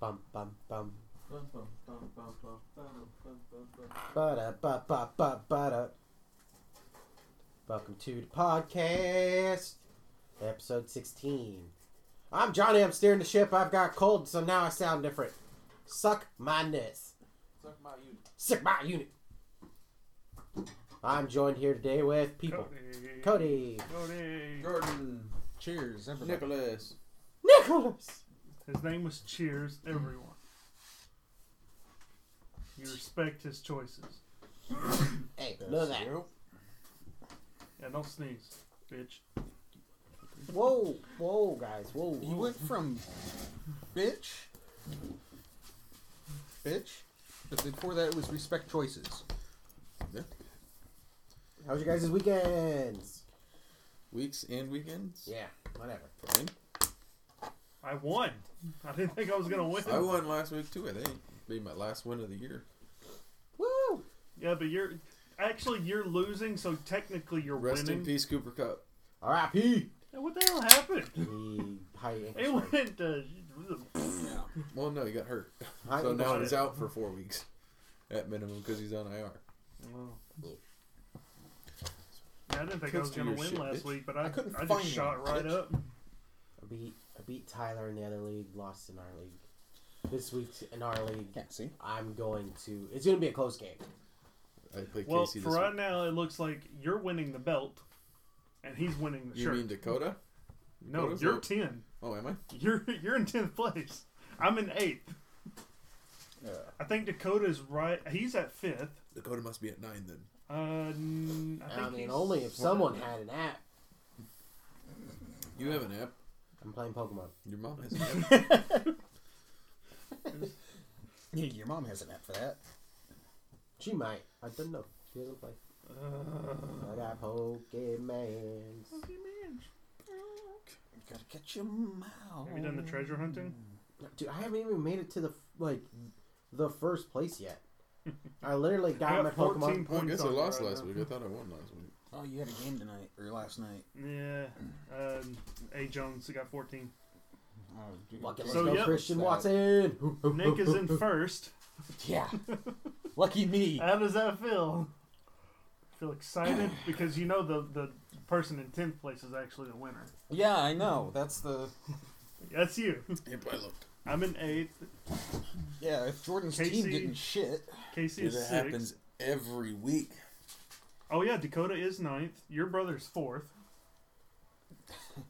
bum bum bum. Bum, bum, bum, bum, bum, bum, bum, bum, bum. Ba-da, ba, ba, ba, ba-da. Welcome to the podcast, episode 16. I'm Johnny, I'm steering the ship, I've got cold, so now I sound different. Suck my nuts. Suck my unit. Suck my unit. I'm joined here today with people. Cody. Cody. Cody. Jordan. Cheers, everybody. Nicholas. Nicholas. His name was Cheers, Mm. everyone. You respect his choices. Hey, look at that. you. Yeah, don't sneeze, bitch. Whoa, whoa, guys, whoa. You went from bitch, bitch, but before that it was respect choices. How was your guys' weekends? Weeks and weekends? Yeah, whatever. Fine. I won. I didn't think I was gonna win. I won last week too, I think. Be my last win of the year. Woo! Yeah, but you're actually you're losing, so technically you're Rest winning. in peace, Cooper Cup. R.I.P. Yeah, What the hell happened? The Mm, high English It rate. went. Uh, Well, no, he got hurt. High So English now got he's it. out for four weeks at minimum because he's on IR. Wow. Yeah, I didn't think I Cooks was do gonna your win shit, last bitch. week, but I I couldn't I find just shot you, right bitch. up. I beat I beat Tyler in the other league, lost in our league. This week in our league, Yeah, see? I'm going to. It's going to be a close game. I play Well, Casey for this right week. now, it looks like you're winning the belt, and he's winning the You shirt. mean Dakota? no, Dakota's you're up. ten. Oh, am I? You're you're in tenth place. I'm in eighth. I think Dakota's right. He's at fifth. Dakota must be at nine then. Uh, n- I, I, think mean, he's- only if someone had an app. You have an app. I'm playing Pokemon. Your mom has an app. Yeah, your mom has an app for that. She might. I don't know. She doesn't play. Uh, I got Pokemon. Gotta catch your mouth. have you done the treasure hunting? Dude, I haven't even made it to the like the first place yet. I literally I got, my got 14 Pokemon. Oh, I points. guess I on lost right last now. week. I thought I won last week. Oh, you had a game tonight, or last night. Yeah. Um, A Jones got 14. Oh, dude. Fucking let's So, go, yep. Christian Watson. Nick is in first. Yeah. Lucky me. How does that feel? Feel excited because you know the the person in tenth place is actually the winner. Yeah, I know. That's the. That's you. Yep, I looked. I'm in eighth. Yeah, if Jordan's Casey- team didn't shit. Casey Dude, is that sixth. happens every week. Oh yeah, Dakota is ninth. Your brother's fourth.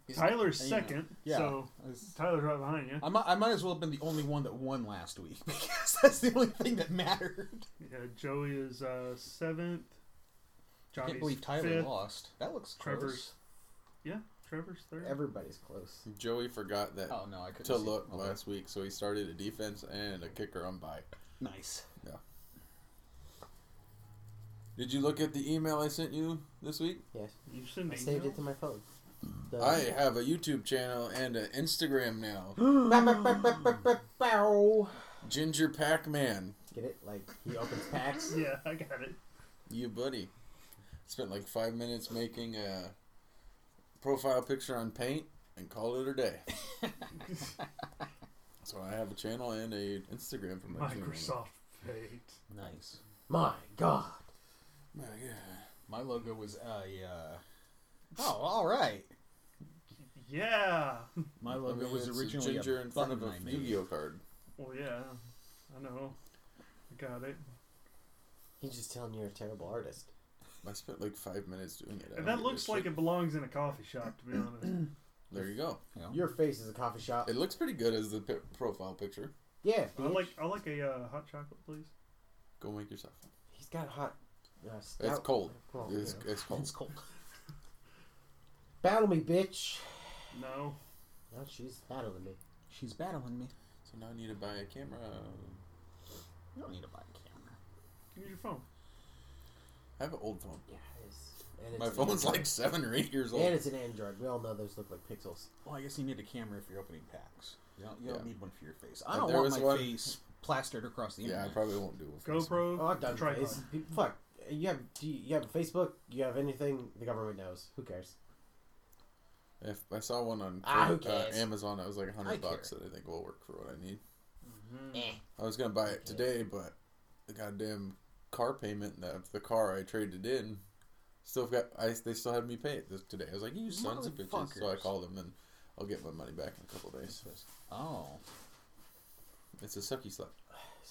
He's- Tyler's you know, second. yeah. So I was- Tyler's right behind you. I might, I might as well have been the only one that won last week because that's the only thing that mattered. Yeah, Joey is uh, seventh. I Johnny's can't believe Tyler fifth. lost. That looks close. Trevor's. Yeah, Trevor's third. Everybody's close. Joey forgot that Oh no, I couldn't to see. look Okay. last week, so he started a defense and a kicker on bye. Nice. Did you look at the email I sent you this week? Yes, you send I an saved email? it to my phone. The- I have a YouTube channel and an Instagram now. Bow, bow, bow, bow, bow, bow, bow. Ginger Pac-Man, Get it? Like he opens packs. Yeah, I got it. you buddy. Spent like five minutes making a profile picture on Paint and call it a day. so I have a channel and a Instagram for my channel. Microsoft Paint. Nice. My God. My God. My logo was a. Uh, oh, all right. Yeah. My I logo mean, was it's a originally ginger a in front of button a I made. Yu-Gi-Oh card. Well, yeah. I know. I got it. He's just telling you you're a terrible artist. I spent like five minutes doing it. I And don't that give a looks like shit. it belongs in a coffee shop, to be honest. There you go. You know? Your face is a coffee shop. It looks pretty good as the pi profile picture. Yeah. I bitch. like I like a uh, hot chocolate, please. Go make yourself. one. He's got hot. Uh, stout. It's cold. Come on, It's, yeah. it's It's cold. cold. Battle me, bitch. No. Now she's battling me. She's battling me. So now I need to buy a camera. You don't need to buy a camera. Use your phone. I have an old phone. Yeah. It's, and it's My an phone's Android. like seven or eight years And old. it's an Android. We all know those look like pixels. Well, I guess you need a camera if you're opening packs. You don't, you Yeah. don't need one for your face. I But don't there want was my one- face plastered across the Yeah, I internet. probably won't do a face. GoPro. Oh, I've done tripod. face. Fuck. You have do you, you have Facebook. You have anything. The government knows. Who cares? If I saw one on Ah, who uh, cares? Amazon, that was like a Ah, I hundred care. bucks that I think will work for what I need. Eh. I was gonna buy it today, but the goddamn car payment of the car I traded in still got. I they still had me pay it this, today. I was like, you sons of bitches! So I Motherfuckers. called them and I'll get my money back in a couple days. Oh. It's a sucky slut.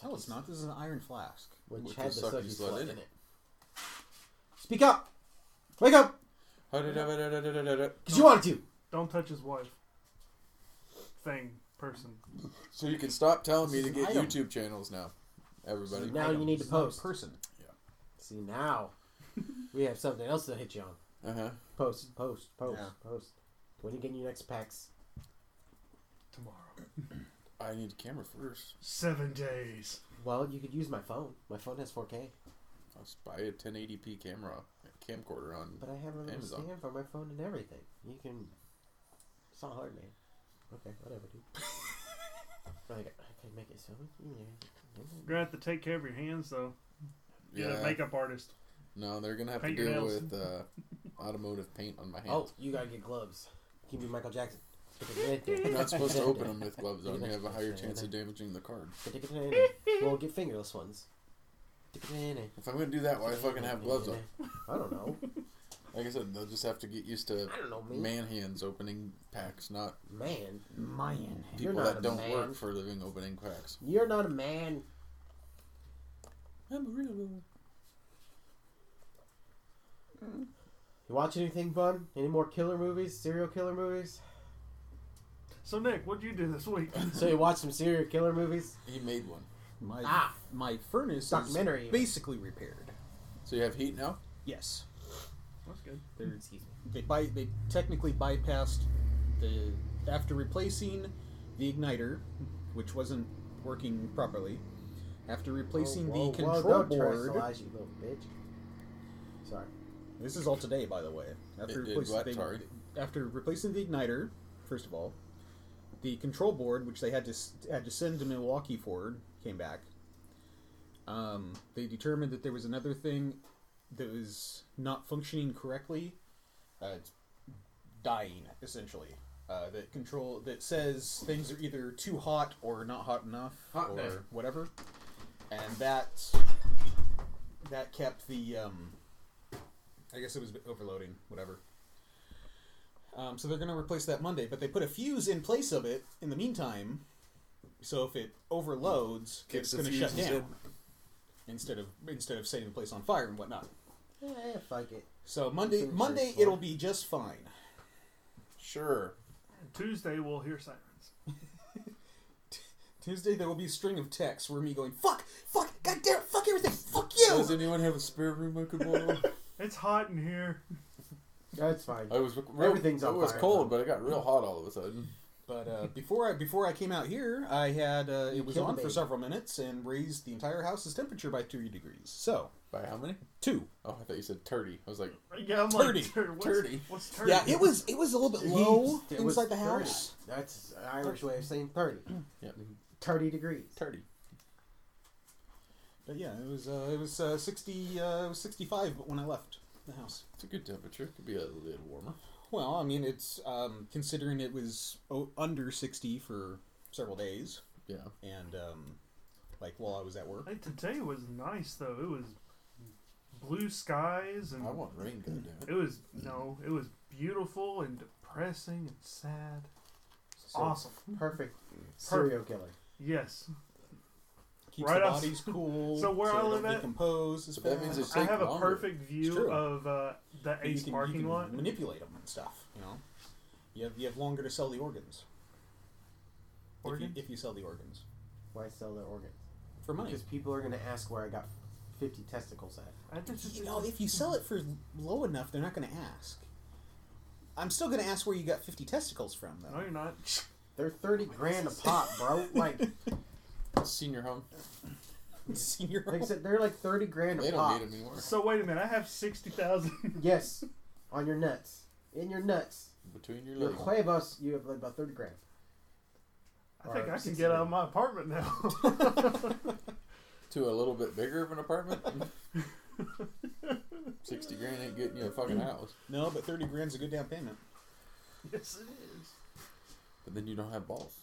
No, it's not. This is an iron flask. Which With had the the sucky sucky slut slut in in it. it. Speak up! Wake up! Because Oh. you wanted to! Don't touch his wife. Thing, person. So you can stop telling me This to is get an item. YouTube channels now, everybody. Now you need to This is not a post. person. See, now we have something else to hit you on. Uh huh. Post, post, post, Yeah. post. When you getting your next packs? Tomorrow. I need a camera first. Seven days. Well, you could use my phone. My phone has 4K. I'll just buy a 1080p camera, camcorder on. But I have a little Amazon. stand for my phone and everything. You can. It's not hard, man. Okay, whatever, dude. like, I can make it so much You're easier. gonna have to take care of your hands though. You're Yeah. a makeup artist. no, they're gonna have to Paint deal your nails. with uh, automotive paint on my Oh, hands. you gotta get gloves. Give me Michael Jackson. You're not supposed to open them with gloves on. You have a higher chance of damaging the card. Well, get fingerless ones. If I'm gonna do that, why fucking have gloves on? I don't know. Like I said, they'll just have to get used to I don't know, man. Man, man hands opening packs, not Mine. You're people not that a don't man. work for a living opening packs. you're not a man. I'm a real one. You watch anything fun? Any more killer movies? Serial killer movies? So Nick, what'd you do this week? So you watch some serial killer movies? He made one. My Ah. my furnace Documentary. is basically repaired. So you have heat now? Yes. That's good. They're, Excuse me. they bi- they technically bypassed the after replacing the igniter, which wasn't working properly. After replacing Whoa, whoa, the whoa, control Oh, don't board, terrestrialize, you little bitch. Sorry. This is all today, by the way. After It did replacing what, they- sorry? after replacing the igniter, first of all, the control board, which they had to s- had to send to Milwaukee for, came back. Um, they determined that there was another thing that was not functioning correctly. Uh, it's dying essentially. Uh, that control that says things are either too hot or not hot enough Hot or damn. whatever, and that that kept the um, I guess it was overloading, whatever. Um, so they're going to replace that Monday, but they put a fuse in place of it in the meantime. So if it overloads, it's Kicks the going to shut fuse down instead. instead of instead of setting the place on fire and whatnot. Eh, fuck it. So Monday, Pretty Monday straightforward. it'll be just fine. Sure. Tuesday we'll hear sirens. Tuesday there will be a string of texts where me going fuck, fuck, goddamn, fuck everything, fuck you. Does anyone have a spare room I could borrow? It's hot in here. That's fine. I was real, Everything's It on was fire, cold, but it got real hot all of a sudden. But uh, before I before I came out here, I had uh, it was killed on the for baby. several minutes and raised the entire house's temperature by two degrees. So By how many? two. Oh, I thought you said turdy. I was like, Yeah, I'm Turdy. like "Tur- what's, Turdy. What's turdy? Yeah, it was it was a little bit low It was inside the 30. house. That's an Irish way of saying 30. yeah, 30 degrees. turdy. But yeah, it was uh, it was uh, sixty uh, it was sixty five when I left the house. It's a good temperature. It could be a little warmer. Well, I mean, it's um, considering it was o- under sixty for several days, Yeah. and um, like while I was at work. Like, today was nice though. It was blue skies and I want rain, goddammit. it was no, it was beautiful and depressing and sad. So, awesome. Perfect. Serial killer. Yes. Keeps Right the off- bodies cool. so where so I they live don't at- decompose. as So that means fast. it's I Take have a longer. perfect view true. of uh, the And you Ace can- you parking can lot. Manipulate them and stuff. You know, you have you have longer to sell the organs. If you- Organs? If you, sell the organs Why sell their organs? for money. Because people are going to ask where I got 50 testicles at. I just- You know, if you sell it for low enough, they're not going to ask. I'm still going to ask where you got 50 testicles from, no, though. you're not. They're 30 grand a pop, bro. Like, Senior home. Senior like I said, they're like 30 grand a They pop. don't need them anymore. So wait a minute. I have sixty thousand. Yes. On your nuts. In your nuts. Between your Your legs. huevos, you have like about 30 grand. I think Or I can 60 get out of grand. my apartment now. To a little bit bigger of an apartment? 60 grand ain't getting you a fucking house. No, but 30 grand's a good down payment. yes, it is. But then you don't have balls.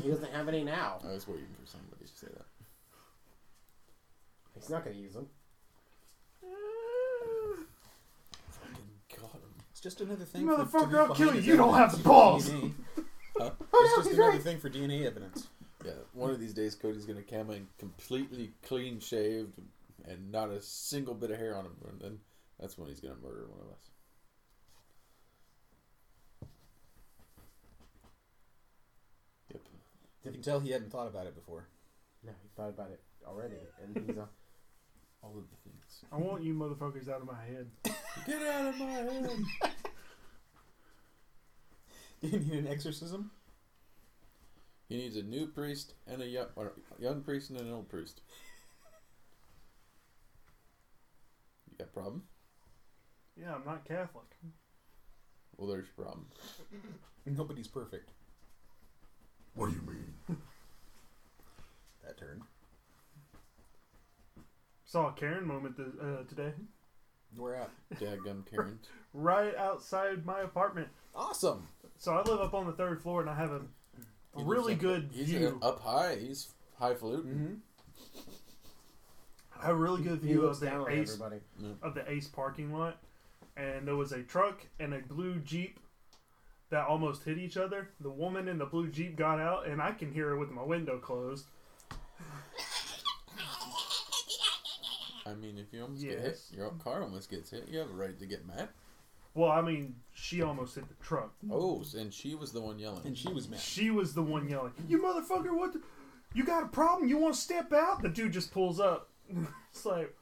He doesn't have any now. I was waiting for somebody to say that. He's not going to use them. Ah. Fucking got him. It's just another thing. You for- to motherfucker, leave I'll behind kill you. as You don't evidence have the for balls. DNA. Huh? It's Oh, no, just he's another right. thing for DNA evidence. Yeah, one of these days Cody's gonna come in completely clean shaved and not a single bit of hair on him, and then that's when he's gonna murder one of us. Yep. You can tell he hadn't thought about it before. No, he thought about it already. And he's all, All of the things. I want you motherfuckers out of my head. Get out of my head! You need an exorcism? He needs a new priest and a young, or a young priest and an old priest. You got a problem? Yeah, I'm not Catholic. Well, there's your problem. Nobody's perfect. What do you mean? That turn. Saw a Karen moment th- uh, today, We're out. Dadgum Karen. right outside my apartment. Awesome. So I live up on the third floor, and I have a He lives really up- good He's uh, view. up high. He's highfalutin. Mm-hmm. I have a really good he view looks of down the on Ace everybody. of the Ace parking lot, and there was a truck and a blue Jeep that almost hit each other. The woman in the blue Jeep got out, and I can hear her with my window closed. I mean, if you almost get hit, Yes. your own car almost gets hit. You have a right to get mad. Well, I mean, she almost hit the truck. Oh, and she was the one yelling. And she was mad. She was the one yelling, "You motherfucker! What? The, you got a problem? You want to step out?" The dude just pulls up. it's like,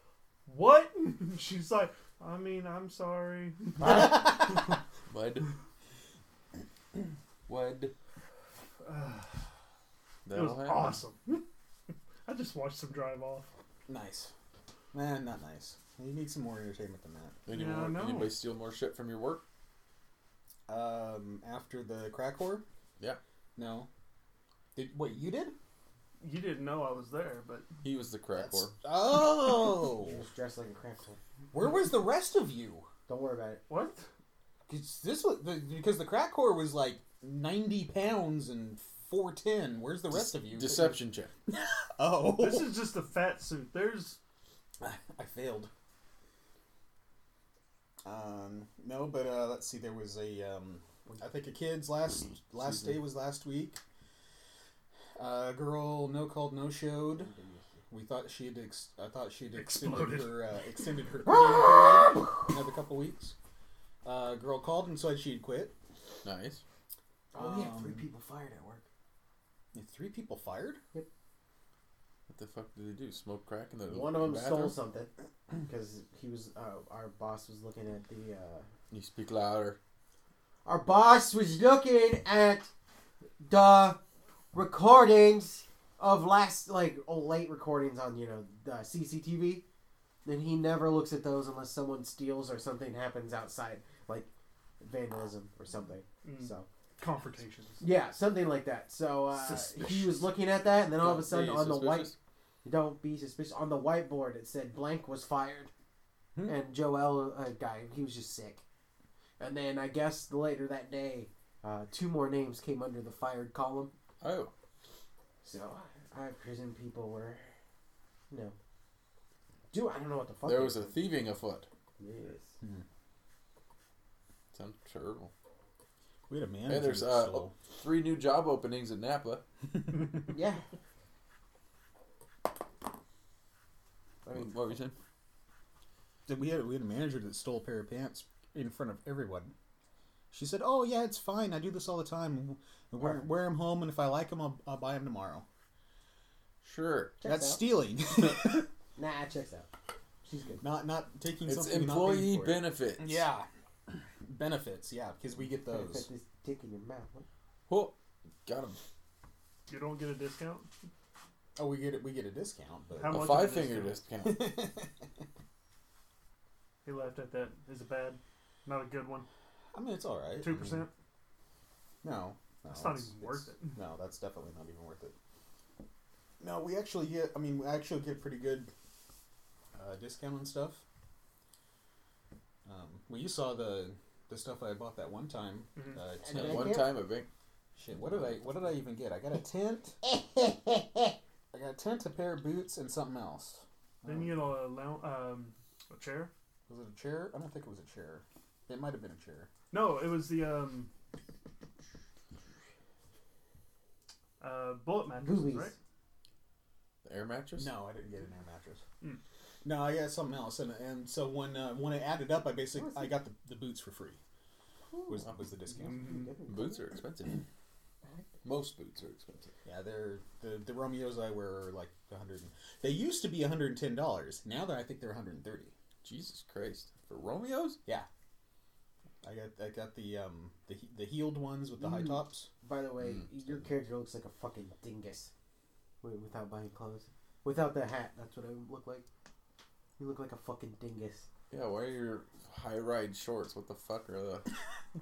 what? She's like, "I mean, I'm sorry." Bud. Bud. It That'll was happen. awesome. I just watched them drive off. Nice. Man, not nice. You need some more entertainment than that. Any Yeah, I more- know. Anybody steal more shit from your work? Um, after the crack whore? Yeah. No. Did wait? You did? You didn't know I was there, but He was the crack whore. Oh, He was dressed like a crampton. where was the rest of you? Don't worry about it. what? 'Cause this was the, because the crack whore was like ninety pounds and four ten. Where's the rest of you? Deception check. Oh, This is just a fat suit. There's I failed. Um, no, but uh, let's see. There was a, um, I think a kid's last last day was last week. A girl no called no showed. We thought she had. Ex- I thought she had extended Exploded. her uh, extended her quitting period Oh, another couple weeks. Uh, girl called and said she had quit. Nice. Oh, we had three Um, people fired at work. Three people fired. What the fuck did they do? Smoke crack in the One of them bathroom? stole something because he was uh, our boss was looking at the uh, You speak louder. our boss was looking at the recordings of last like oh, late recordings on you know the CCTV. Then he never looks at those unless someone steals or something happens outside, like vandalism or something. mm, So confrontations. yeah, something like that. So uh, he was Suspicious. looking at that, and then all of a Don't sudden be on the white suspicious. don't be suspicious. On the whiteboard, it said blank was fired, Hmm. and Joel uh, guy he was just sick. And then I guess later that day, uh, two more names came under the fired column. Oh, So our prison people were, no, do I don't know what the fuck. there they was a were. thieving afoot. Yes. Sounds terrible. We had a man. Hey, there's uh, three new job openings in Napa. yeah. I What mean, were you saying? we had we had a manager that stole a pair of pants in front of everyone. She said, "Oh yeah, it's fine. I do this all the time. I wear, wear 'em home, and if I like 'em, I'll, I'll buy 'em tomorrow." Sure. Checks That's out. stealing, nah, it checks out. She's good. not not taking It's something. and not paying employee for it. benefits. Yeah, benefits. Yeah, because we get Better put those. this dick in your mouth. What? Whoa. Got him. You don't get a discount. Oh, we get it. We get a discount, but How much A of five finger discount? discount. He laughed at that. Is it bad? Not a good one. I mean it's all right. Two percent. No, no, That's not it's- even worth it's- No, that's definitely not even worth it. No, we actually get. I mean, we actually get pretty good uh, discount on stuff. Um, well, you saw the the stuff I bought that one time. Mhm. Uh, it's And At then- Mm-hmm. like one time, I think. Shit, what did I what did I even get? I got a tent. I got a tent, a pair of boots, and something else. Then you get a lou- um, a chair. Was it a chair? I don't think it was a chair. It might have been a chair. No, it was the um, uh, bullet mattresses, Goobies. right? The air mattress? No, I didn't get an air mattress. Hmm. No, I got something else, and, and so when uh, when it added up, I basically I got the, the boots for free. Was Oh, was the discount? Boots are expensive. Most boots are expensive. Yeah, they're the the Romeos I wear are like a hundred. and- They used to be one hundred and ten dollars. Now that I think they're one hundred and thirty. Jesus Christ. For Romeos? Yeah, I got I got the um the he- the heeled ones with the high tops. By the way, your character looks like a fucking dingus. Wait, without buying clothes, without the hat, that's what I would look like. You look like a fucking dingus Yeah, why are your high ride shorts? What the fuck are the.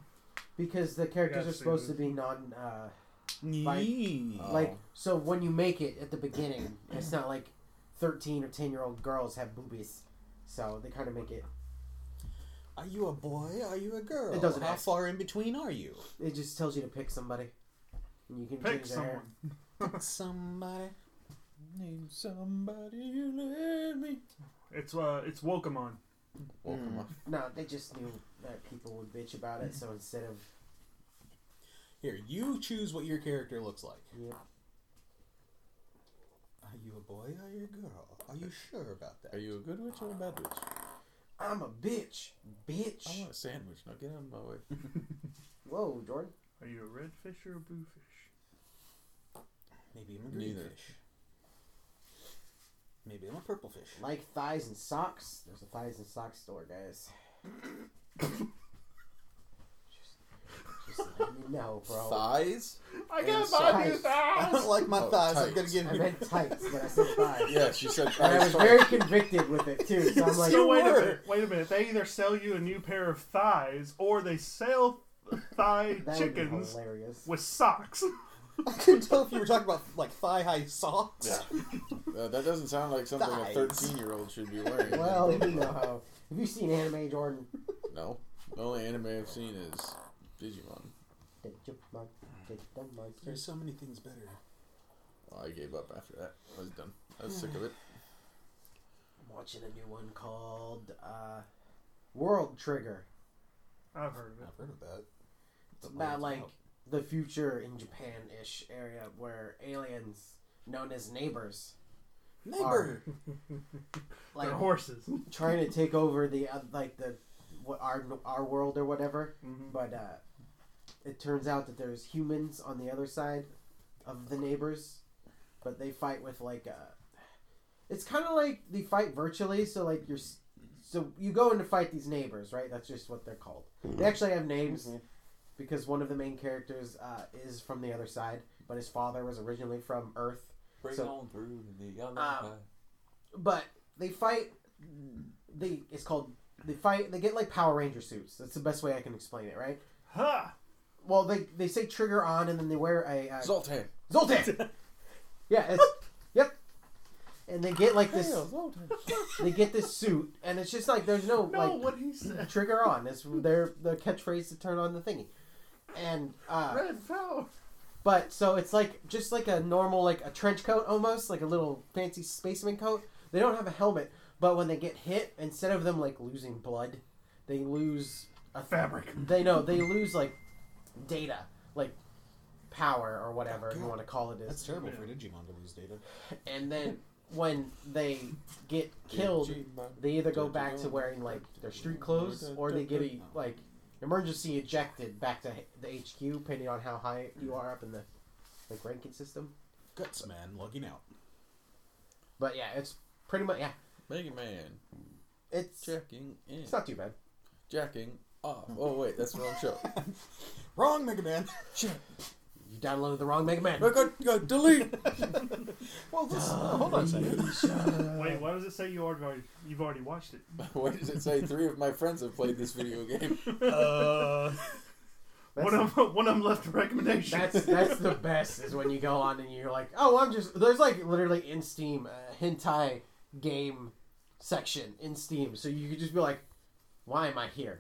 because the characters Yeah, are so- supposed to be non. Uh, Yeah. Like so, when you make it at the beginning, it's not like thirteen or ten year old girls have boobies, so they kind of make it. Are you a boy? Are you a girl? It doesn't How ask. far in between are you? It just tells you to pick somebody, and you can Pick change their hair. someone. Somebody. Need somebody to love me. It's uh, it's Wokamon. Welcome Mm. up. No, they just knew that people would bitch about it, so instead of Here, you choose what your character looks like. yeah, Are you a boy? Are you a girl? Are you sure about that? Are you a good witch or a bad witch? I'm a bitch, I bitch. want a sandwich. Now get out of my way. Whoa, Jordan. Are you a redfish or a bluefish? Maybe I'm a green Neither. fish. Maybe I'm a purple fish. Like thighs and socks. There's a thighs and socks store, guys. just, just let me know, bro. Thighs? I And gotta buy size. new thighs. I don't like my Oh, thighs. I'm tights. gonna get I meant tights, but I said thighs. Yeah, she said And I thighs. was very convicted with it too. So I'm like, so wait a were. minute. Wait a minute. They either sell you a new pair of thighs, or they sell thigh that would be chickens hilarious. with socks. I couldn't tell if you were talking about like thigh high socks. Yeah. Uh, that doesn't sound like something Thighs. a 13 year old should be wearing. Well, you know how. Have you seen anime, Jordan? No. The only anime I've seen is Digimon. Digimon, Digimon, There's so many things better. Well, I gave up after that. I was done. I was sick of it. I'm watching a new one called uh, World Trigger. I've heard of it. I've heard of that. It's about like the future in Japan-ish area where aliens known as neighbors neighbor. like They're horses. trying to take over the uh, like the what our our world or whatever. But uh, it turns out that there's humans on the other side of the neighbors, but they fight with like uh, it's kind of like they fight virtually. So like you're s- so you go in to fight these neighbors, right? That's just what they're called. They actually have names. Because one of the main characters uh, is from the other side, but his father was originally from Earth, Bring So- on through the yellow Uh, but they fight they it's called they fight they get like power ranger suits that's the best way i can explain it right Ha! well they they say trigger on and then they wear a uh, Zoltan. zoltan yeah it's yep and they get like this Zoltan. they get this suit and it's just like there's no, No, like what he said. trigger on it's their their catchphrase to turn on the thingy and uh Red fell. But so it's like just like a normal like a trench coat almost, like a little fancy spaceman coat. They don't have a helmet, but when they get hit, instead of them like losing blood, they lose a Fabric. they know they lose like data, like power or whatever you want to call it That's is. terrible for Digimon to lose data. And then when they get killed, they either go back to wearing like their street clothes or they get a, like emergency ejected back to the HQ, depending on how high you are up in the like ranking system. Guts man logging out. But yeah, it's pretty much yeah. Mega Man. It's Jacking in. it's not too bad. Jacking off. Oh, wait. That's the wrong show. Wrong Mega Man. You downloaded the wrong Mega Man. Go, go, go, delete. well, this, hold on a second. Wait, why does it say you already you've already watched it? Why does it say three of my friends have played this video game? Uh, That's- one of 'em- one of them left a recommendation. That's that's the best is when you go on and you're like, oh, I'm just there's like literally in Steam uh, hentai game section in Steam, so you could just be like, why am I here?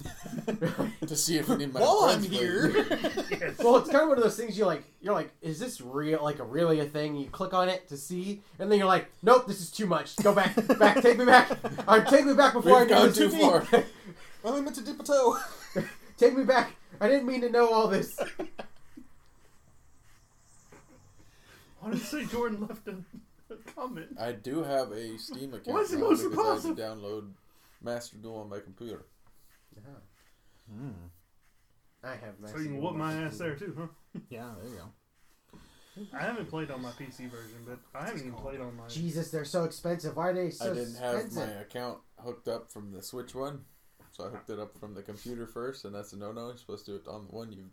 to see if any of my While I'm friends play. here, Yes. well, it's kind of one of those things you like. You're like, is this real? Like, a really a thing? You click on it to see, and then you're like, nope, this is too much. Go back, back, take me back. I take me back before We've I go gone too far. I only meant to dip a toe. take me back. I didn't mean to know all this. Honestly, Jordan left a, a comment. I do have a Steam account. Why is it now most because I had impossible? to download Master Duel on my computer. Hmm. I have. So you can whoop my ass there too, huh? yeah, there you go. I haven't played on my PC version, but I haven't even played on my. Jesus, they're so expensive. Why are they so I didn't have expensive? my account hooked up from the Switch one, so I hooked it up from the computer first, and that's a no-no. You're supposed to do it on the one you've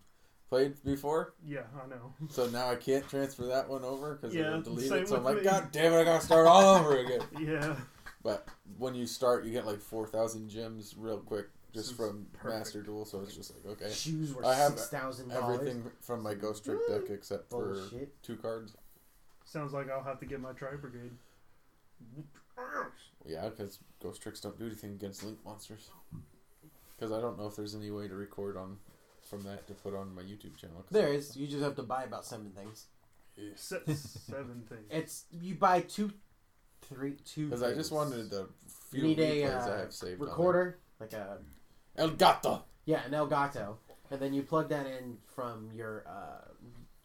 played before. Yeah, I know. So now I can't transfer that one over because Yeah, yeah, delete same it. So I'm with like, me. God damn it, I gotta start all over again. Yeah. But when you start, you get like four thousand gems real quick This just is from perfect. Master Duel. So it's just like okay, Shoes were I have six thousand dollars. everything from my Ghost Trick deck except for Bullshit. two cards. Sounds like I'll have to get my tri brigade. Yeah, because ghost tricks don't do anything against link monsters. Because I don't know if there's any way to record on from that to put on my YouTube channel. 'cause There is. You just have to buy about seven things. Se- seven things. It's you buy two, three, two. Because I just things. wanted the You few need a replays I uh, have saved. on there. recorder, like a El Gato. yeah, an Elgato, and then you plug that in from your uh,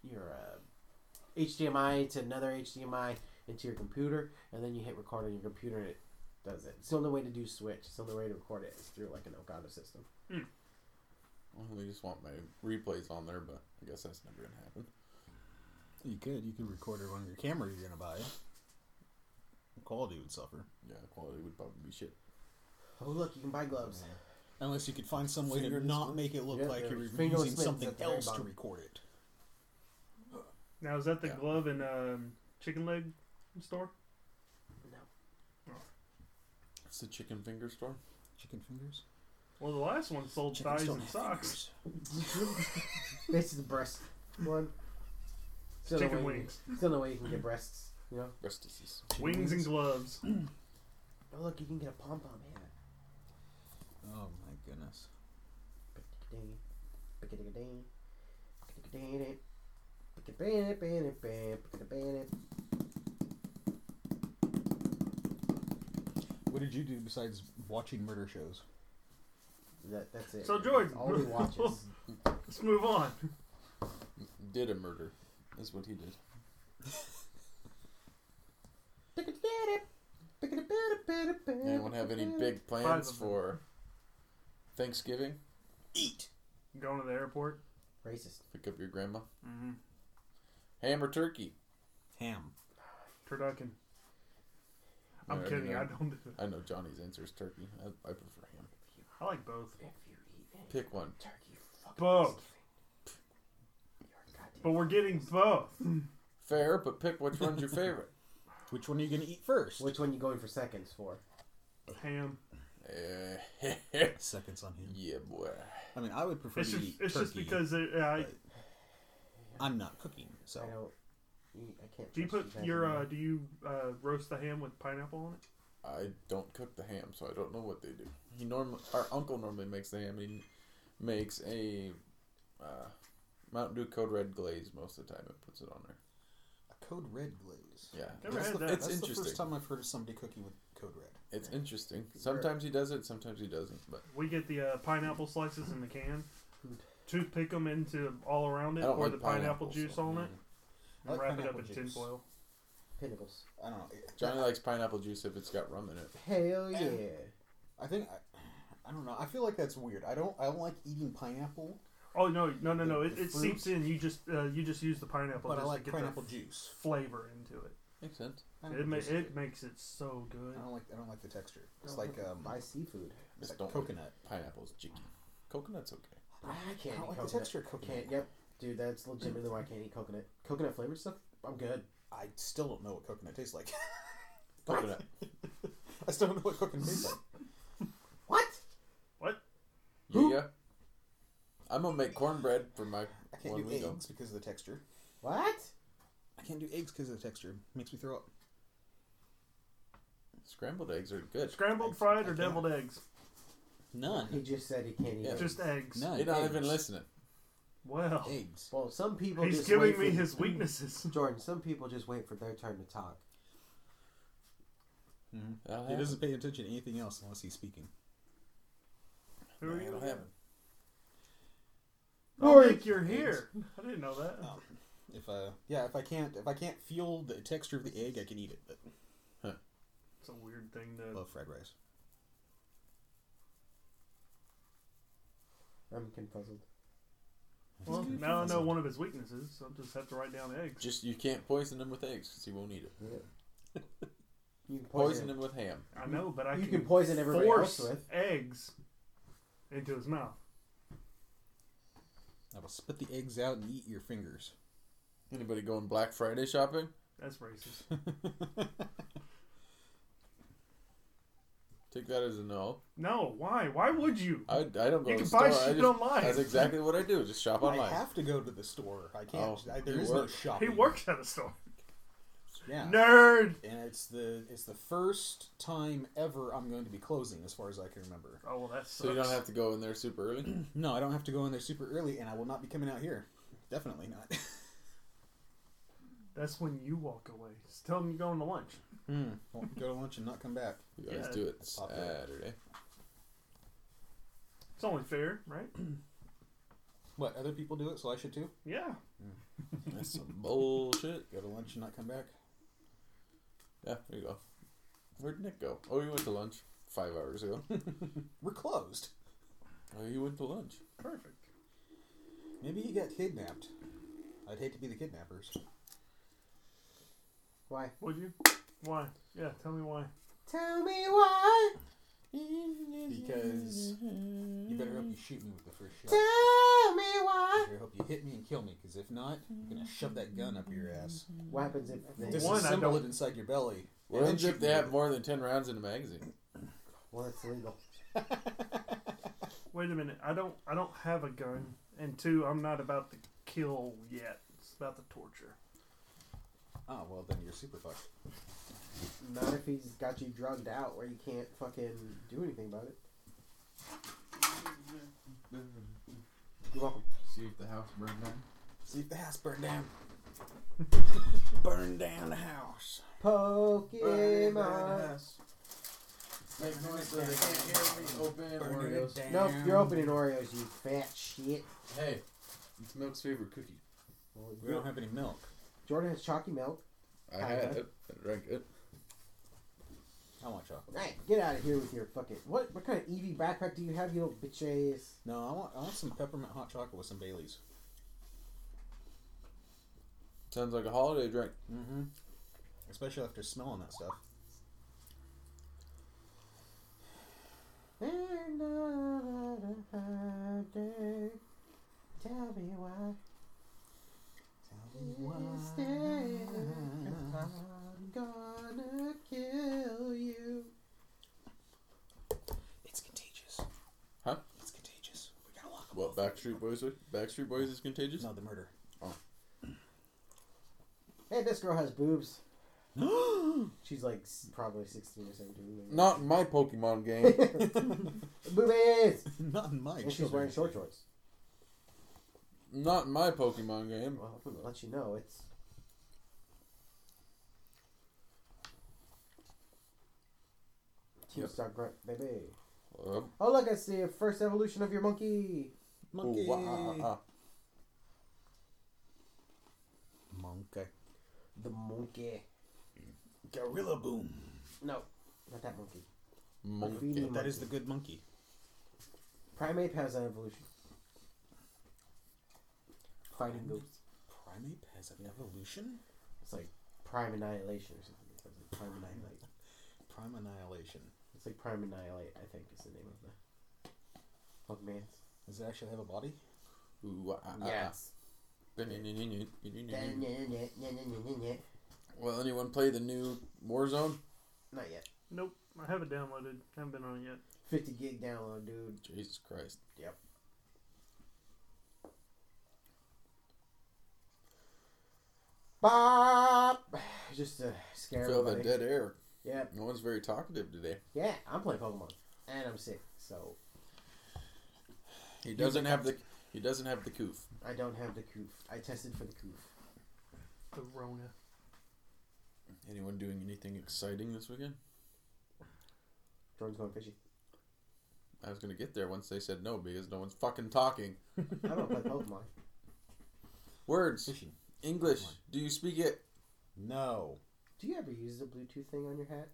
your uh, HDMI to another HDMI into your computer, and then you hit record on your computer, and it does it. It's the only way to do Switch. It's the only way to record it is through like an Elgato system. Well, I just want my replays on there, but I guess that's never gonna happen. You could. You could record it on your camera you're gonna buy. The quality would suffer. Yeah, the quality would probably be shit. Oh look, you can buy gloves. Unless you could find some way to Fingerless not mittens? make it look Yeah, like they're you're fingerless using mittens something at the very else to bottom. record it. Now, is that the Yeah. glove and um, chicken leg store? It's the chicken finger store. Chicken fingers. Well, the last one sold Chickens thighs don't and have socks. this is the breast one. It's the only Chicken way you- wings. It's the only way you can get breasts. You know. Rest disease. Wings and gloves. Oh look, you can get a pom pom hat. Oh my goodness. What did you do besides watching murder shows? That, that's it. So, Jordan. all he watches. Let's move on. Did a murder. That's what he did. Anyone have any big plans them. for Thanksgiving? Eat. Going to the airport. Racist. Pick up your grandma. Ham or turkey? Ham. Turducken. I'm Yeah, I kidding. mean, I don't do it. I know Johnny's answer is turkey. I, I prefer ham. I like both. If you eat any Pick one. turkey, fucking Both. Thanksgiving, you're a goddamn- But we're getting both. Fair, but pick which one's your favorite. Which one are you gonna eat first? Which one you going for seconds for? Ham. Eh, Seconds on him. yeah, boy. I mean, I would prefer It's to just, eat it's turkey. just because it, I, but- I'm not cooking, so I don't. eat- I can't. do you trust put guys your anymore. uh, do you uh, roast the ham with pineapple on it? I don't cook the ham, so I don't know what they do. He norm our uncle normally makes the ham. He makes a uh, Mountain Dew Code Red glaze most of the time and puts it on there. a code red glaze. Yeah, Never That's had the- that. it's That's the first interesting. time I've heard of somebody cooking with code red. It's interesting. Sometimes he does it, sometimes he doesn't. But We get the uh, pineapple slices in the can. Toothpick them into all around it, I don't or like the pineapple pineapple, juice so- on it, I and like wrap it up pineapple in tin juice. foil. Pinnacles. I don't know. Johnny likes pineapple juice if it's got rum in it. Hell yeah. I think I, I don't know. I feel like that's weird. I don't. I don't like eating pineapple, Oh no, no, no, no! The- It, the it seeps in. You just uh, you just use the pineapple. but I just like to get pineapple the juice. flavor into it. Makes sense. Pineapple It ma- juice is it good. makes it so good. I don't like. I don't like the texture. It's like um, buy seafood. it's Just like don't like coconut. Pineapple's cheeky. Coconut's okay. I can't. I don't eat like the coconut. texture of I coconut. Can't. Yep, dude, that's legitimately why I can't eat coconut. Coconut flavored stuff, I'm good. I still don't know what coconut tastes like. Coconut. I still don't know what coconut tastes like. What? What? Who- Yeah. I'm gonna make cornbread for my I can't one do we eggs go. because of the texture. What? I can't do eggs because of the texture. It makes me throw up. Scrambled eggs are good. Scrambled, fried, I or can't. deviled eggs? He None. just said he can't eat Yeah. eggs. Just eggs. None. You're not even Eggs. listening. Well, Eggs. Well, some people he's just giving wait me for- his weaknesses. Jordan, some people just wait for their turn to talk. That'll He happen. doesn't pay attention to anything else unless he's speaking. Who are you? That'll happen. Oh, Lori. Nick, you're here. I didn't know that. Oh. If uh, yeah, if I can't, if I can't feel the texture of the egg, I can eat it. But It's a weird thing I to. love fried rice. I'm confuzzled. Well, now I know one of his weaknesses, so I'll just have to write down eggs. Just you can't poison him with eggs because he won't eat it. You can poison, Poison him with ham. I know, but I you can, can poison everybody force else with. eggs into his mouth. I will spit the eggs out and eat your fingers. Anybody going Black Friday shopping? That's racist. Take that as a no. No, why? Why would you? I, I don't go You to can the buy store. I shit just- online. That's exactly what I do. Just shop I online. have to go to the store. I can't. Oh, I, there you is no work. shopping. He works at a store. Yeah. Nerd. And it's the it's the first time ever I'm going to be closing, as far as I can remember. Oh well, that's so you don't have to go in there super early. No, I don't have to go in there super early, and I will not be coming out here. Definitely not. That's when you walk away. Just tell him you're going to lunch. hmm. Won't go to lunch and not come back. You guys Yeah. do it Pop it. Saturday. It's only fair, right? What? Other people do it, so I should too. Yeah. That's some bullshit. Go to lunch and not come back. Yeah, there you go. Where'd Nick go? Oh, he went to lunch five hours ago. We're closed. oh, he went to lunch. Perfect. Maybe he got kidnapped. I'd hate to be the kidnappers. Why? Would you? Why? Yeah. Tell me why. Tell me why. Because you better hope you shoot me with the first shot. Tell me why. I hope you hit me and kill me, because if not, I'm gonna shove that gun up your ass. What happens if they, One, I Disassemble don't- it inside your belly. What and then happens shoot if they me have with more than 10 rounds in a magazine? well, it's legal. Wait a minute. I don't. I don't have a gun. And two, I'm not about to kill yet. It's about the torture. it? Oh well, then you're super fucked. Not if he's got you drugged out where you can't fucking do anything about it. You're welcome. See if the house burned down. See if the house burned down. burn down the house. Pokemon. Make noise so they can't hear me. Open Burn it Oreos. down. Nope, you're opening Oreos, you fat shit. Hey, it's Milk's favorite cookie. We don't have any milk. Jordan has chalky milk. I Kinda. had it. I drank it. I want chocolate. Hey, get out of here with your fucking. What what kind of Eevee backpack do you have, you little bitch ass? No, I want I want some peppermint hot chocolate with some Baileys. Sounds like a holiday drink. Mm-hmm. Especially after smelling that stuff. And another hard day. Tell me why you stay. I'm gonna kill you. It's contagious. Huh? It's contagious. We gotta walk. What Backstreet Boys? Are? Backstreet Boys is contagious. No, the murder. Hey, this girl has boobs. She's like s- probably 16 or 17. maybe. Not in my Pokemon game. Boobies! Not in mine. And she's wearing short shorts. Not in my Pokemon game. Well, I'll let you know it's. Yep. Keep stuck, grunt, baby. Uh, Oh, look, I see a first evolution of your monkey. Monkey. ooh, ah, ah, ah. Monkey. The monkey. Gorilla boom. No, not that monkey. Monkey. That is the good monkey. Primate has an evolution. Fighting ghosts. Primate has an evolution. It's like prime annihilation or something. It's like prime annihilate. Prime annihilation. It's like prime annihilate. I think is the name of the. Fuck man. Does it actually have a body? Ooh, ah, ah, ah. Yes. Well, Not anyone play the new Warzone? yet. Nope. I haven't downloaded. Haven't been on it yet. 50 gig download, dude. Jesus Christ. Yep. Bop! Just to scare Feel the everybody. dead air. Yep. No one's very talkative today. Yeah, I'm playing Pokemon. And I'm sick, so He doesn't have the he doesn't have the coof. I don't have the coof. I tested for the coof. The Rona. Anyone doing anything exciting this weekend? Jordan's going fishing. I was gonna get there once they said no because no one's fucking talking. I don't play Pokemon. Words. Fishing. English. Do you speak it? No. Do you ever use the Bluetooth thing on your hat?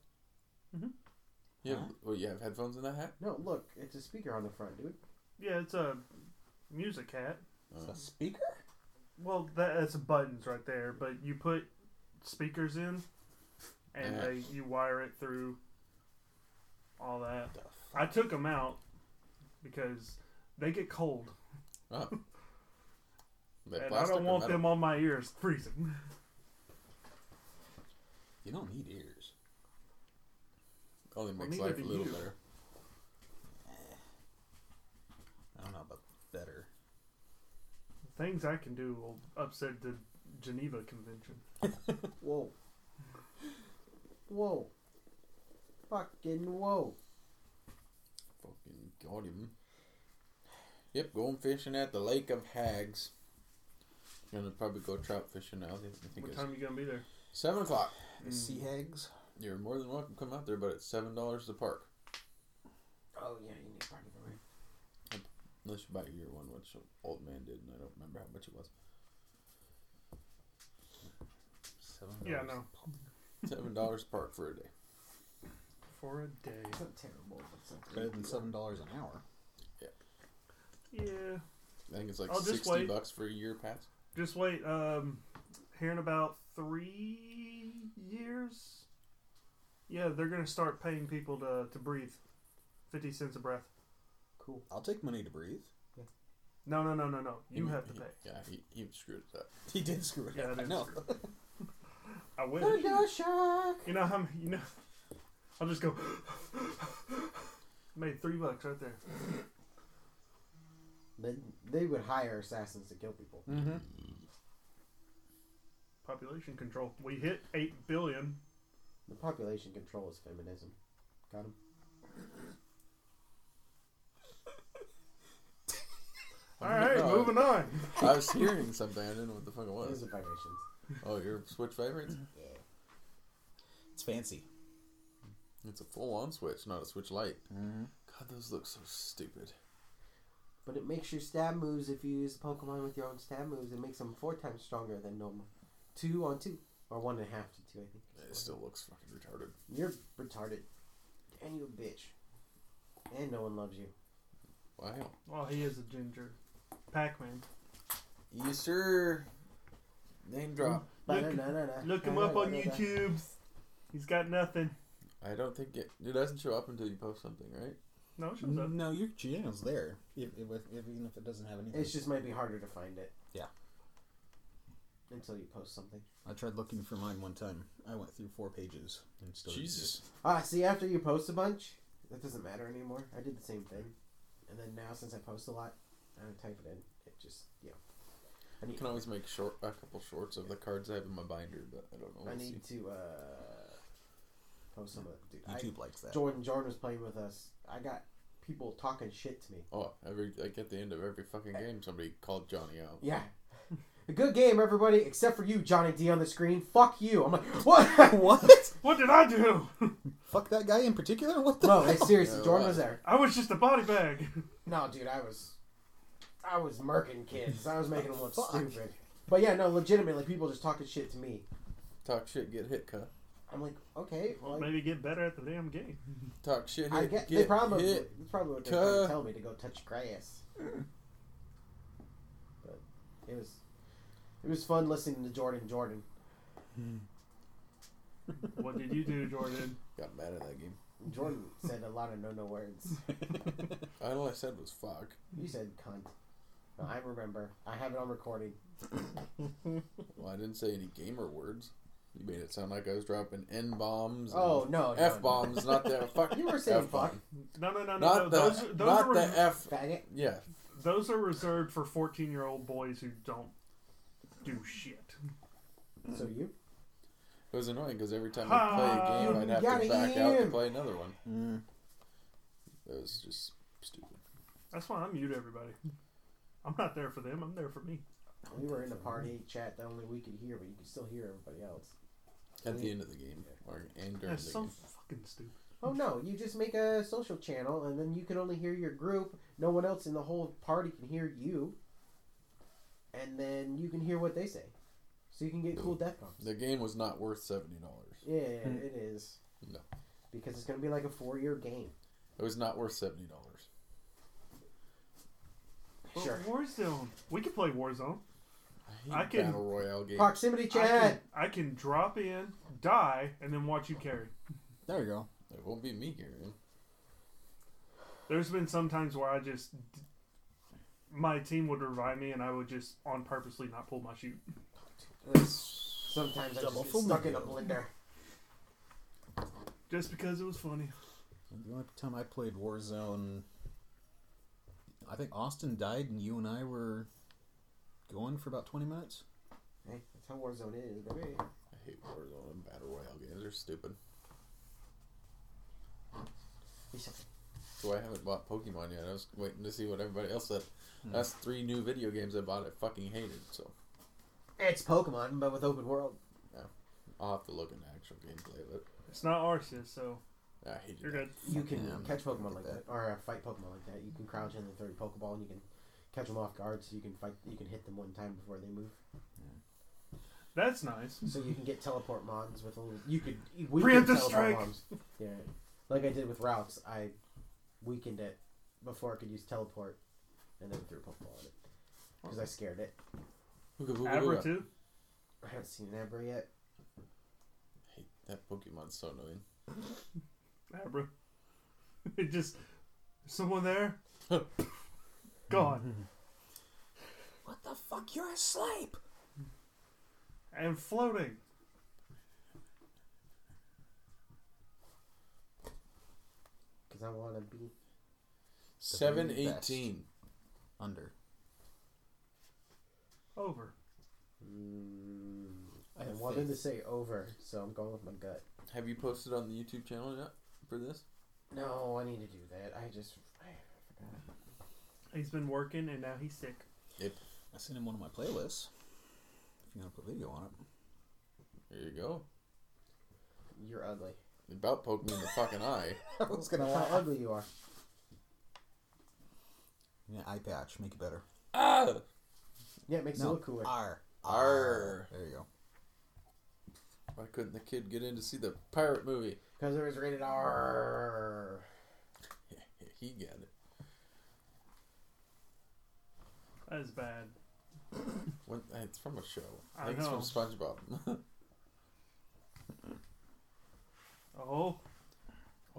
You have, Huh? well, you have headphones in that hat? No, look, it's a speaker on the front, dude. Yeah, it's a music hat. It's Oh. a speaker? Well, that, that's buttons right there, but you put speakers in, and Yeah. they, you wire it through all that. I took them out because they get cold, Oh. They and I plastic don't or want metal? them on my ears freezing. You don't need ears. Only Well, makes neither life a do little you. better. I don't know about better. Things I can do will upset the Geneva Convention. Whoa. Whoa. Fucking whoa. Fucking got him. Yep, going fishing at the Lake of Hags. Gonna probably go trout fishing now. I think What it's time you gonna be there? seven o'clock. The sea Mm. hags? You're more than welcome to come out there, but it's seven dollars the park. Oh, yeah, you need party for Unless you buy your one, which old man did, and I don't remember how much it was. Seven Yeah, no, Seven dollars park for a day. for a day. It's not terrible, but it's not Better good. than seven dollars an hour. Yeah, I think it's like I'll just sixty wait. bucks for a year pass. just wait. Um, here in about three years, yeah, they're gonna start paying people to to breathe, fifty cents a breath. Cool. I'll take money to breathe. No, no, no, no, no. You He- have to he- pay. Yeah, he, he screwed it up. He did screw it Yeah, up. I I did know. screw I wish. Thunder shock! You know how m- you know? I'll just go. Made three bucks right there. They, they would hire assassins to kill people. Mm-hmm. Population control. We hit eight billion. The population control is feminism. Got him? All right, No, I- moving on. I was hearing something. I didn't know what the fuck it Those was. are vibrations. Oh, your Switch vibrates? It's fancy. It's a full-on Switch, not a Switch Lite. God, those look so stupid. But it makes your stab moves if you use Pokemon with your own stab moves. It makes them four times stronger than normal. Two on two. Or one and a half to two, I think. It still looks fucking retarded. You're retarded. And you a bitch. And no one loves you. Wow. Well, he is a ginger. Pac-Man. Yes, sir. Name drop. Look- Ba-da-na-na-na. Look him up on Ba-da-na-na-na. YouTube. He's got nothing. I don't think it. It doesn't show up until you post something, right? No, it shows up. Mm. No, your channel's there. If, if, if- even if it doesn't have anything. It just might be harder to find it. Yeah. Until you post something. I tried looking for mine one time. I went through four pages and still didn't Jesus. Ah, see, after you post a bunch, that doesn't matter anymore. I did the same thing. And then now, since I post a lot, and I type it in, it just, yeah. I I need, can always make short a couple shorts of the cards I have in my binder, but I don't know. I We'll need see. to uh, post some of it. Dude, exist. YouTube likes I, that. Jordan, Jordan was playing with us. I got people talking shit to me. Oh, every like at the end of every fucking game, somebody called Johnny out. Yeah. A good game, everybody, except for you, Johnny D on the screen. Fuck you. I'm like, what? What? What did I do? Fuck that guy in particular? What the no, hell? it's seriously, Yeah, Jordan why? was there. I was just a body bag. No, dude, I was, I was murking kids. I was making them look Fuck. stupid. But yeah, no, legitimately, people just talking shit to me. Talk shit, get hit, cut. I'm like, okay, well, Well, maybe get better at the damn game. Talk shit, hit, I get. get They probably, hit. that's probably what they're trying Cuh. to tell me to go touch grass. But it was, it was fun listening to Jordan. Jordan, What did you do, Jordan? Got mad at that game. Jordan said a lot of no-no words. All I said was fuck. You said cunt. No, I remember. I have it on recording. Well, I didn't say any gamer words. You made it sound like I was dropping n bombs. Oh no, no, no. f bombs, not the fuck. You were saying F-bomb. fuck, No, no, no, no. Not no. the those, are- those not are the res- f. faggot. Yeah, those are reserved for fourteen-year-old boys who don't do shit. So you. it was annoying because every time I play a game, Ah, I'd have got to back out to him. play another one. Mm. It was just stupid. That's why I mute everybody. I'm not there for them. I'm there for me. We were in the party chat that only we could hear, but you could still hear everybody else. At the end of the game, or and during That's the so game. fucking stupid. Oh no, you just make a social channel and then you can only hear your group. No one else in the whole party can hear you. And then you can hear what they say. So you can get cool death bumps. The game was not worth seventy dollars. Yeah, it is. No. Because it's going to be like a four year game. It was not worth seventy dollars. But Sure. Warzone. We could play Warzone. I can- battle royale game. Proximity I can, chat! I can drop in, die, and then watch you carry. There you go. It won't be me, Gary. There's been some times where I just my team would revive me, and I would just on purposely not pull my shoot. Sometimes I Double just get stuck in a full blender. Just because it was funny. The only time I played Warzone, I think Austin died, and you and I were going for about twenty minutes. Hey, that's how Warzone is, baby. I hate Warzone and battle royale games. They're stupid. So I haven't bought Pokemon yet. I was waiting to see what everybody else said. That's three new video games I bought. I fucking hated. So It's Pokemon, but with open world. I'll have to look into actual gameplay. But It's not Arceus, so I hated you're that. good. You can Yeah, I'm catch Pokemon good like at that, or uh, fight Pokemon like that. You can crouch in and throw your Pokeball, and you can catch them off guard. So you can fight. You can hit them one time before they move. That's nice. So you can get teleport mons with a little. You could weaken Preemptive teleport strike. mons. Yeah, like I did with routes. I weakened it before I could use teleport, and then threw a Pokeball at it because I scared it. Ooga, booga, Abra booga. too. I haven't seen an Abra yet. I hate that Pokemon's so annoying. Abra. It just someone there. Gone What the fuck? You're asleep. and floating. Because I want to be. Seven very best. eighteen. Under. Over. Mm, I I have wanted to faith. say over, so I'm going with my gut. Have you posted on the YouTube channel yet for this? No, I need to do that. I just I forgot. He's been working, and now he's sick. Yep. I sent him one of my playlists. If you want to put video on it, There you go. You're ugly. It about poked me in the fucking eye. I was Look at how ugly you are. Yeah, eye patch, make it better. Ah! Yeah, it makes you look cooler. R. Arr. There you go. Why couldn't the kid get in to see the pirate movie? Because it was rated R. He got it. That is bad. When, it's from a show. I think know. It's from SpongeBob. Oh, oh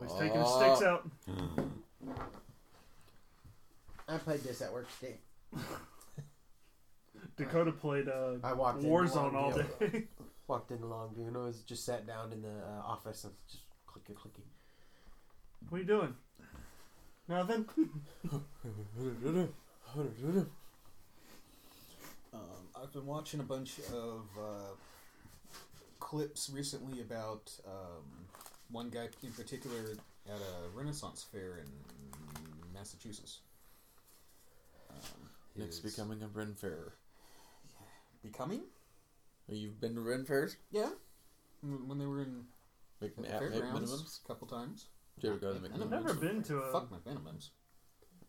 he's taking sticks out. I played this at work today. Dakota played uh, I walked in Warzone long all Duke. day. Walked in long Duke and I was just sat down in the uh, office and just clicky clicky. what are you doing? Nothing. Um, I've been watching a bunch of uh, clips recently about um, one guy in particular at a Renaissance fair in Massachusetts. Um, Nick's his- becoming a Ren Farer. becoming? You've been to Ren Fairs? Yeah. When when they were in Mc, at at the fairgrounds McMinimums? a couple times. Did you ever go to the I've McMinimums? Never been to uh, a Fuck my Venoms.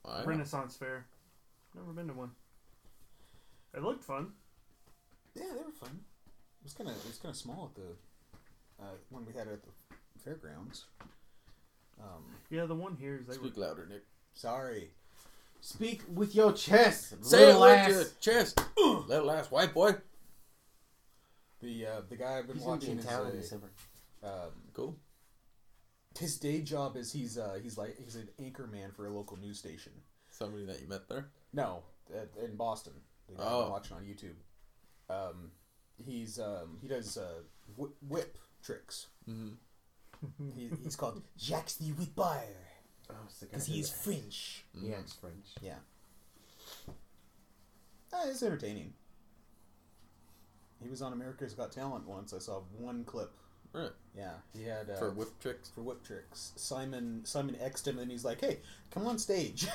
I- Renaissance fair. Never been to one. It looked fun. Yeah, they were fun. It was kind of it was kind of small at the uh, one we had at the fairgrounds. Um, Yeah, the one here is they were. Speak louder, Nick. sorry. Speak with your chest, Say it little with ass. your chest. Let it last, white boy. The uh, the guy I've been He's gonna be watching in is town in a- December. um, Cool. his day job is he's uh, he's like he's an anchor man for a local news station. Somebody that you met there. No, at, in Boston. The guy I've Oh. been watching on YouTube. Um, he's um, he does uh, whi- whip tricks. Mm-hmm. he, he's called Jacques the Whipper Oh, it's the guy because who- he's French. yeah, it's French. Yeah. Uh, it's entertaining. He was on America's Got Talent once. I saw one clip. Right. Yeah, he had uh, For whip tricks. for whip tricks. Simon Simon Exton, and he's like, "Hey, come on stage."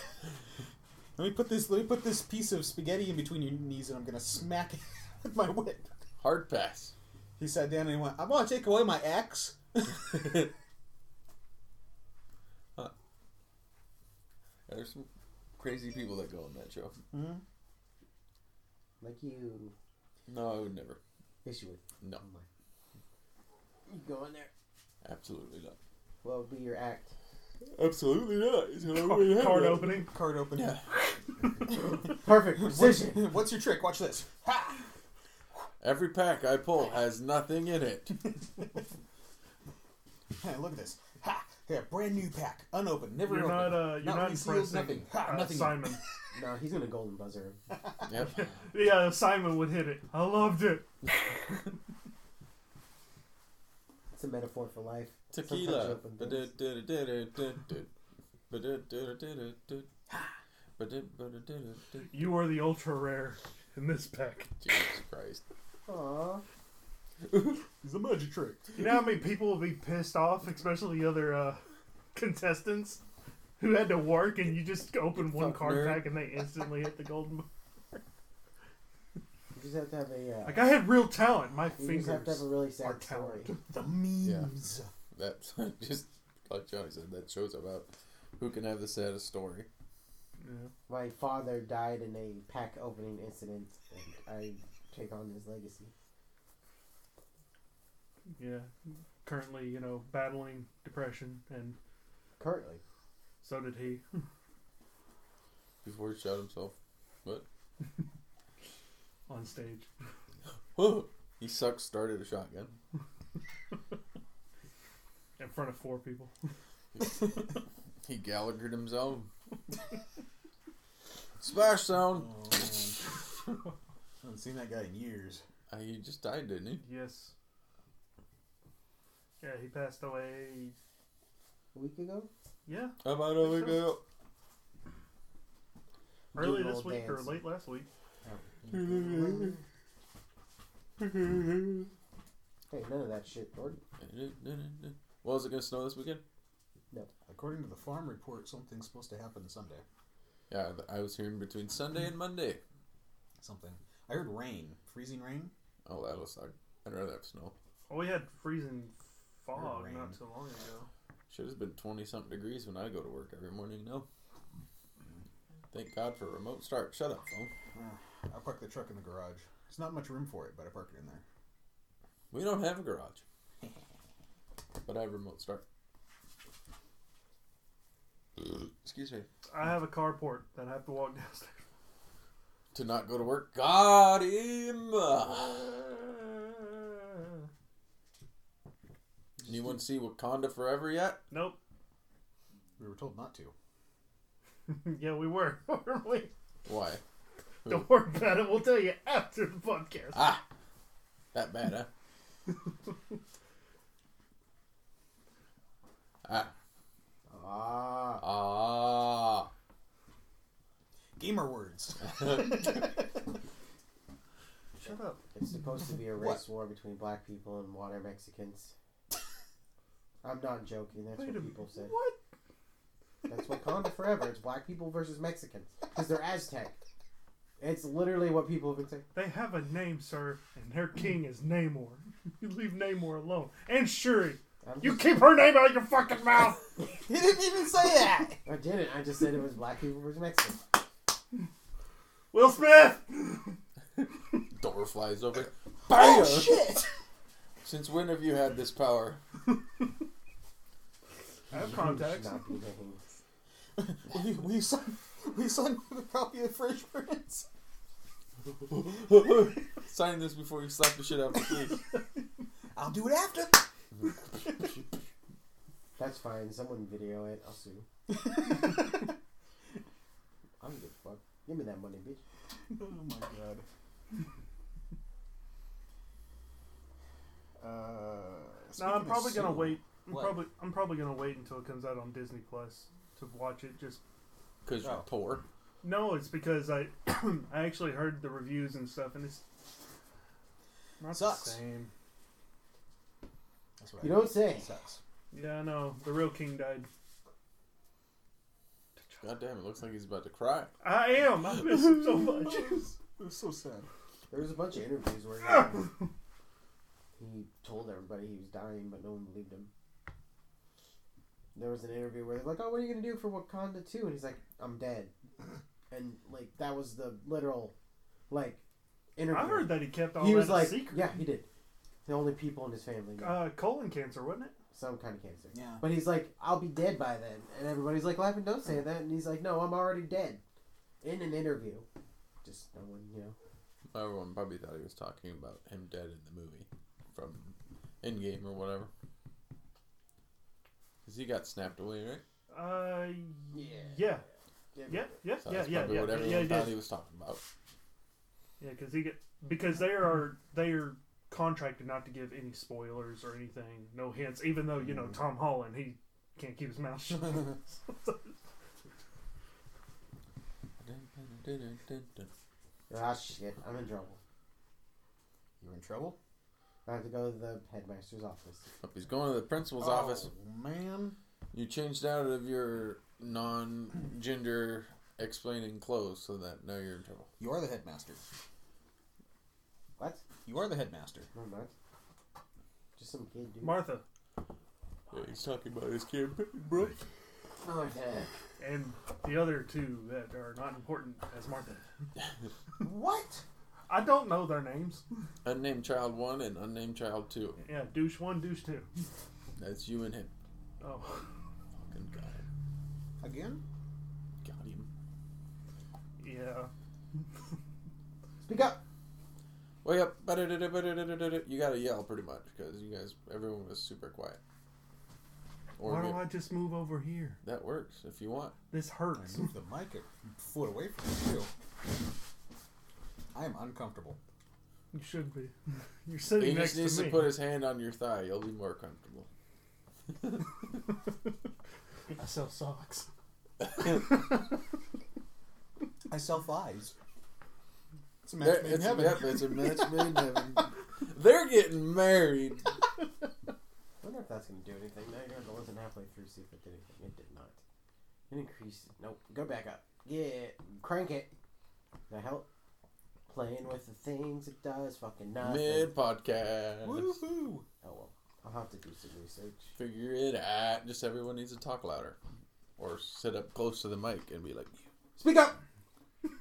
Let me put this. Let me put this piece of spaghetti in between your knees, and I'm gonna smack it with my whip. Hard pass. He sat down and he went, "I'm gonna take away my axe." There's some crazy people that go on that show. Like you. Oh, No, I would never. Yes, you would. No, You go in there. absolutely not. What would be your act? Absolutely not. It's gonna Card, Oh, card opening. Card open. Yeah. Perfect What's, precision. what's your trick? Watch this. Ha! Every pack I pull has nothing in it. Hey, look at this. Ha! Yeah, brand new pack, unopened, never You're opened. not. Uh, you're not resealed, impressing nothing. Ha, uh, nothing. Simon. no, he's gonna golden buzzer. Yep. yeah, Simon would hit it. I loved it. It's a metaphor for life. Sometimes Tequila. open things. Jesus You are the ultra rare in this pack. Christ. Aw. It's a magic trick. You know how many people will be pissed off, especially the other uh, contestants who had to work, and you just open one fuck card nerd. pack and they instantly hit the golden. bu- You just have to have a. Uh, Like I had real talent. My you fingers. just have to have a really sad are story. talented. The memes. That's just like Johnny said, that show's about who can have the saddest story. Yeah. My father died in a pack opening incident, and I take on his legacy. yeah. Currently, you know, battling depression, and Currently, so did he. Before he shot himself. on stage. Whoa! He sucks started a shotgun. In front of four people. He Gallaghered himself. Splash sound! Oh, man. I haven't seen that guy in years. Uh, he just died, didn't he? Yes. Yeah, he passed away. a week ago. Yeah, About a week Sure. ago. early Doing a this little week or dance. late last week. Hey, none of that shit, Gordon. Well, is it gonna snow this weekend? According to the farm report, something's supposed to happen Sunday. Yeah, th- I was hearing between Sunday and Monday. Something. I heard rain, freezing rain. Oh, that'll suck. I'd rather have snow. Well, we Oh, had freezing fog Rain. not too long ago. Shit has been 20 something degrees when I go to work every morning now. Thank God for a remote start. Shut up, phone. I parked the truck in the garage. There's not much room for it, but I parked it in there. We don't have a garage. But I have remote start. Excuse me. I have a carport that I have to walk downstairs. To not go to work. Got him! Anyone see Wakanda Forever yet? nope. We were told not to. yeah, we were. weren't we? Why? Don't worry about it. We'll tell you after the podcast. Ah! That bad, huh? ah. Ah, Ah. Gamer words. Shut up. it's supposed to be a What? race war between black people and water Mexicans. I'm not joking. That's Wait a what people said. What? That's Wakanda forever. It's black people versus Mexicans because they're Aztec. It's literally what people have been saying. They have a name, sir, and their king is Namor. You leave Namor alone. And Shuri. I'm You just- keep her name out of your fucking mouth. he didn't even say that. I didn't. I just said it was black people versus Mexicans. Will Smith. Door flies open. Oh Bam! shit! Since when have you had this power? I have Should contacts. Not be making- will, you, will you sign? Will you sign the copy of Fresh Prince? Sign this before you slap the shit out of the police. I'll do it after. That's fine. Someone video it. I'll sue. I don't give a fuck. Give me that money, bitch. Oh my god. Uh, No, speaking I'm of probably gonna Sue- wait. I'm What? probably I'm probably gonna wait until it comes out on Disney Plus to watch it. Just Because you're Oh. poor. no, it's because I I actually heard the reviews and stuff, and it's not the Sucks. same. That's what You I don't say. Sucks. Yeah, I know. The real king died. God damn, it looks like he's about to cry. I am. I miss him so much. It was so sad. There was a bunch of interviews where he, he told everybody he was dying, but no one believed him. There was an interview where they're like, "Oh, what are you gonna do for Wakanda 2? And he's like, "I'm dead," and like that was the literal, like, interview. I heard that he kept all he that was a like, secret. "Yeah, he did." The only people in his family, knew. Uh, colon cancer, wasn't it? some kind of cancer. Yeah. But he's like, "I'll be dead by then," and everybody's like, "Laughing, don't say that." And he's like, "No, I'm already dead," in an interview. Just no one, you know. Everyone probably thought he was talking about him dead in the movie from Endgame or whatever. Because he got snapped away, right? Uh, Yeah. yeah, Yeah. yeah, yeah, So yeah, that's yeah, probably yeah, what yeah, everyone yeah. it thought is. he was talking about. Yeah, because he get because they are they are contracted not to give any spoilers or anything, no hints. Even though you know Mm. Tom Holland, he can't keep his mouth shut. Ah, shit! I'm in trouble. You're in trouble. I have to go to the headmaster's office. Hope he's going to the principal's Oh. office. Oh, man. You changed out of your non gender explaining clothes so that now you're in trouble. You are the headmaster. What? You are the headmaster. No, I'm not. Just some kid, dude. Martha Yeah, he's talking about his campaign, bro. Oh, yeah. and the other two that are not important as Martha. What? I don't know their names. Unnamed child one and unnamed child two. Yeah, douche one, douche two. That's you and him. Oh, Fucking got him. Again? Got him. yeah. Speak up. Wake up! Ba-da-da-da-ba-da-da-da-da. You gotta yell pretty much because you guys, everyone was super quiet. Or Why mute. don't I just move over here? that works if you want. This I hurts. moved the mic a foot away from you. too. I am uncomfortable. You should be. You're He sitting next just needs to to, me. put his hand on your thigh. You'll be more comfortable. I sell socks. I sell flies. It's a match There- made in It's, heaven. yep, it's a match made in heaven. They're getting married. wonder if that's gonna do anything. Now you have to listen halfway through see if it did anything. It did not. It increased. Nope. Go back up. Yeah. Crank it. Now help. Playing with the things it does fucking nothing. Mid podcast. Woohoo! Oh well. I'll have to do some research. Figure it out. Just everyone needs to talk louder, or sit up close to the mic and be like, Speak up. you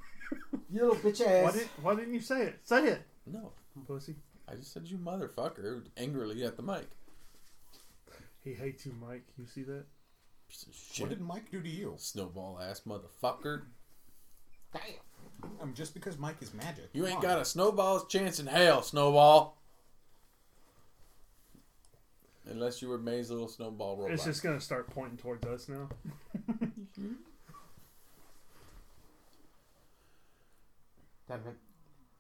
little bitch Why, ass. did, why didn't you say it? Say it, "No, pussy. I just said you motherfucker" angrily at the mic. He hates you, Mike. You see that? Piece of What shit. did Mike do to you? Snowball ass motherfucker. Damn. Um, just because Mike is magic. You Come ain't on. got a snowball's chance in hell, Snowball. Unless you were May's little snowball robot. It's just gonna start pointing towards us now. Dun dun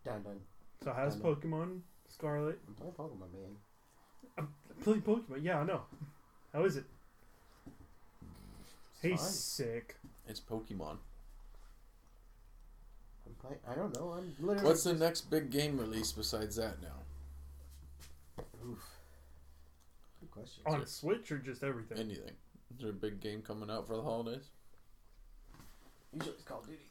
dun. dun. So how's I know. Pokemon Scarlet? I'm playing Pokemon, man. I'm playing Pokemon. Yeah, I know. How is it? It's He's fine. sick. It's Pokemon. I'm playing. I don't know. I'm literally. What's the next big game release besides that now? Oof. Good question. On Switch or just everything? Anything? Is there a big game coming out for the holidays? Usually it's Call of Duty.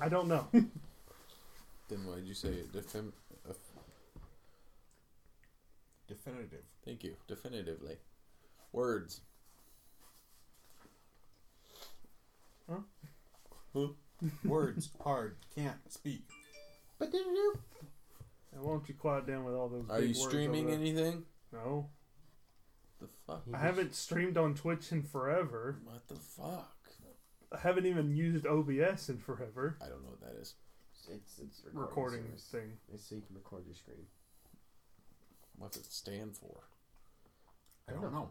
I don't know. Then why'd you say it? Defin- uh, definitive. thank you. Definitively. Words. Words hard can't speak. But did you? Now, Why don't you quiet down with all those? Are big you words streaming over there? anything? No, The fuck? I haven't streamed on Twitch in forever. What the fuck? I haven't even used OBS in forever. I don't know what that is. It's it's Oh, recording. Recording service. thing. It's so you can record your screen. What's it stand for? I don't know.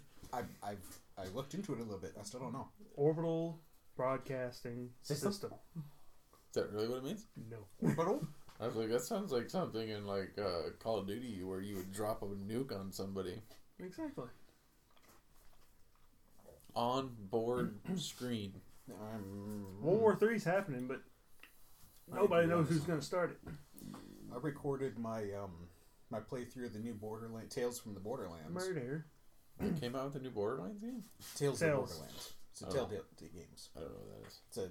I, I've I looked into it a little bit. I still don't know. Orbital Broadcasting System? System. Is that really what it means? No. Orbital? I was like, that sounds like something in like uh, Call of Duty where you would drop a nuke on somebody Exactly. on board screen. Um, Hmm. World War Three's happening, but nobody knows who's going to start it. I recorded my um my playthrough of the new Borderland Tales from the Borderlands. Murder. They came out with a new Borderlands game? Tales, of Tales. Borderlands. It's a Oh. Telltale games. I don't know what that is. It's a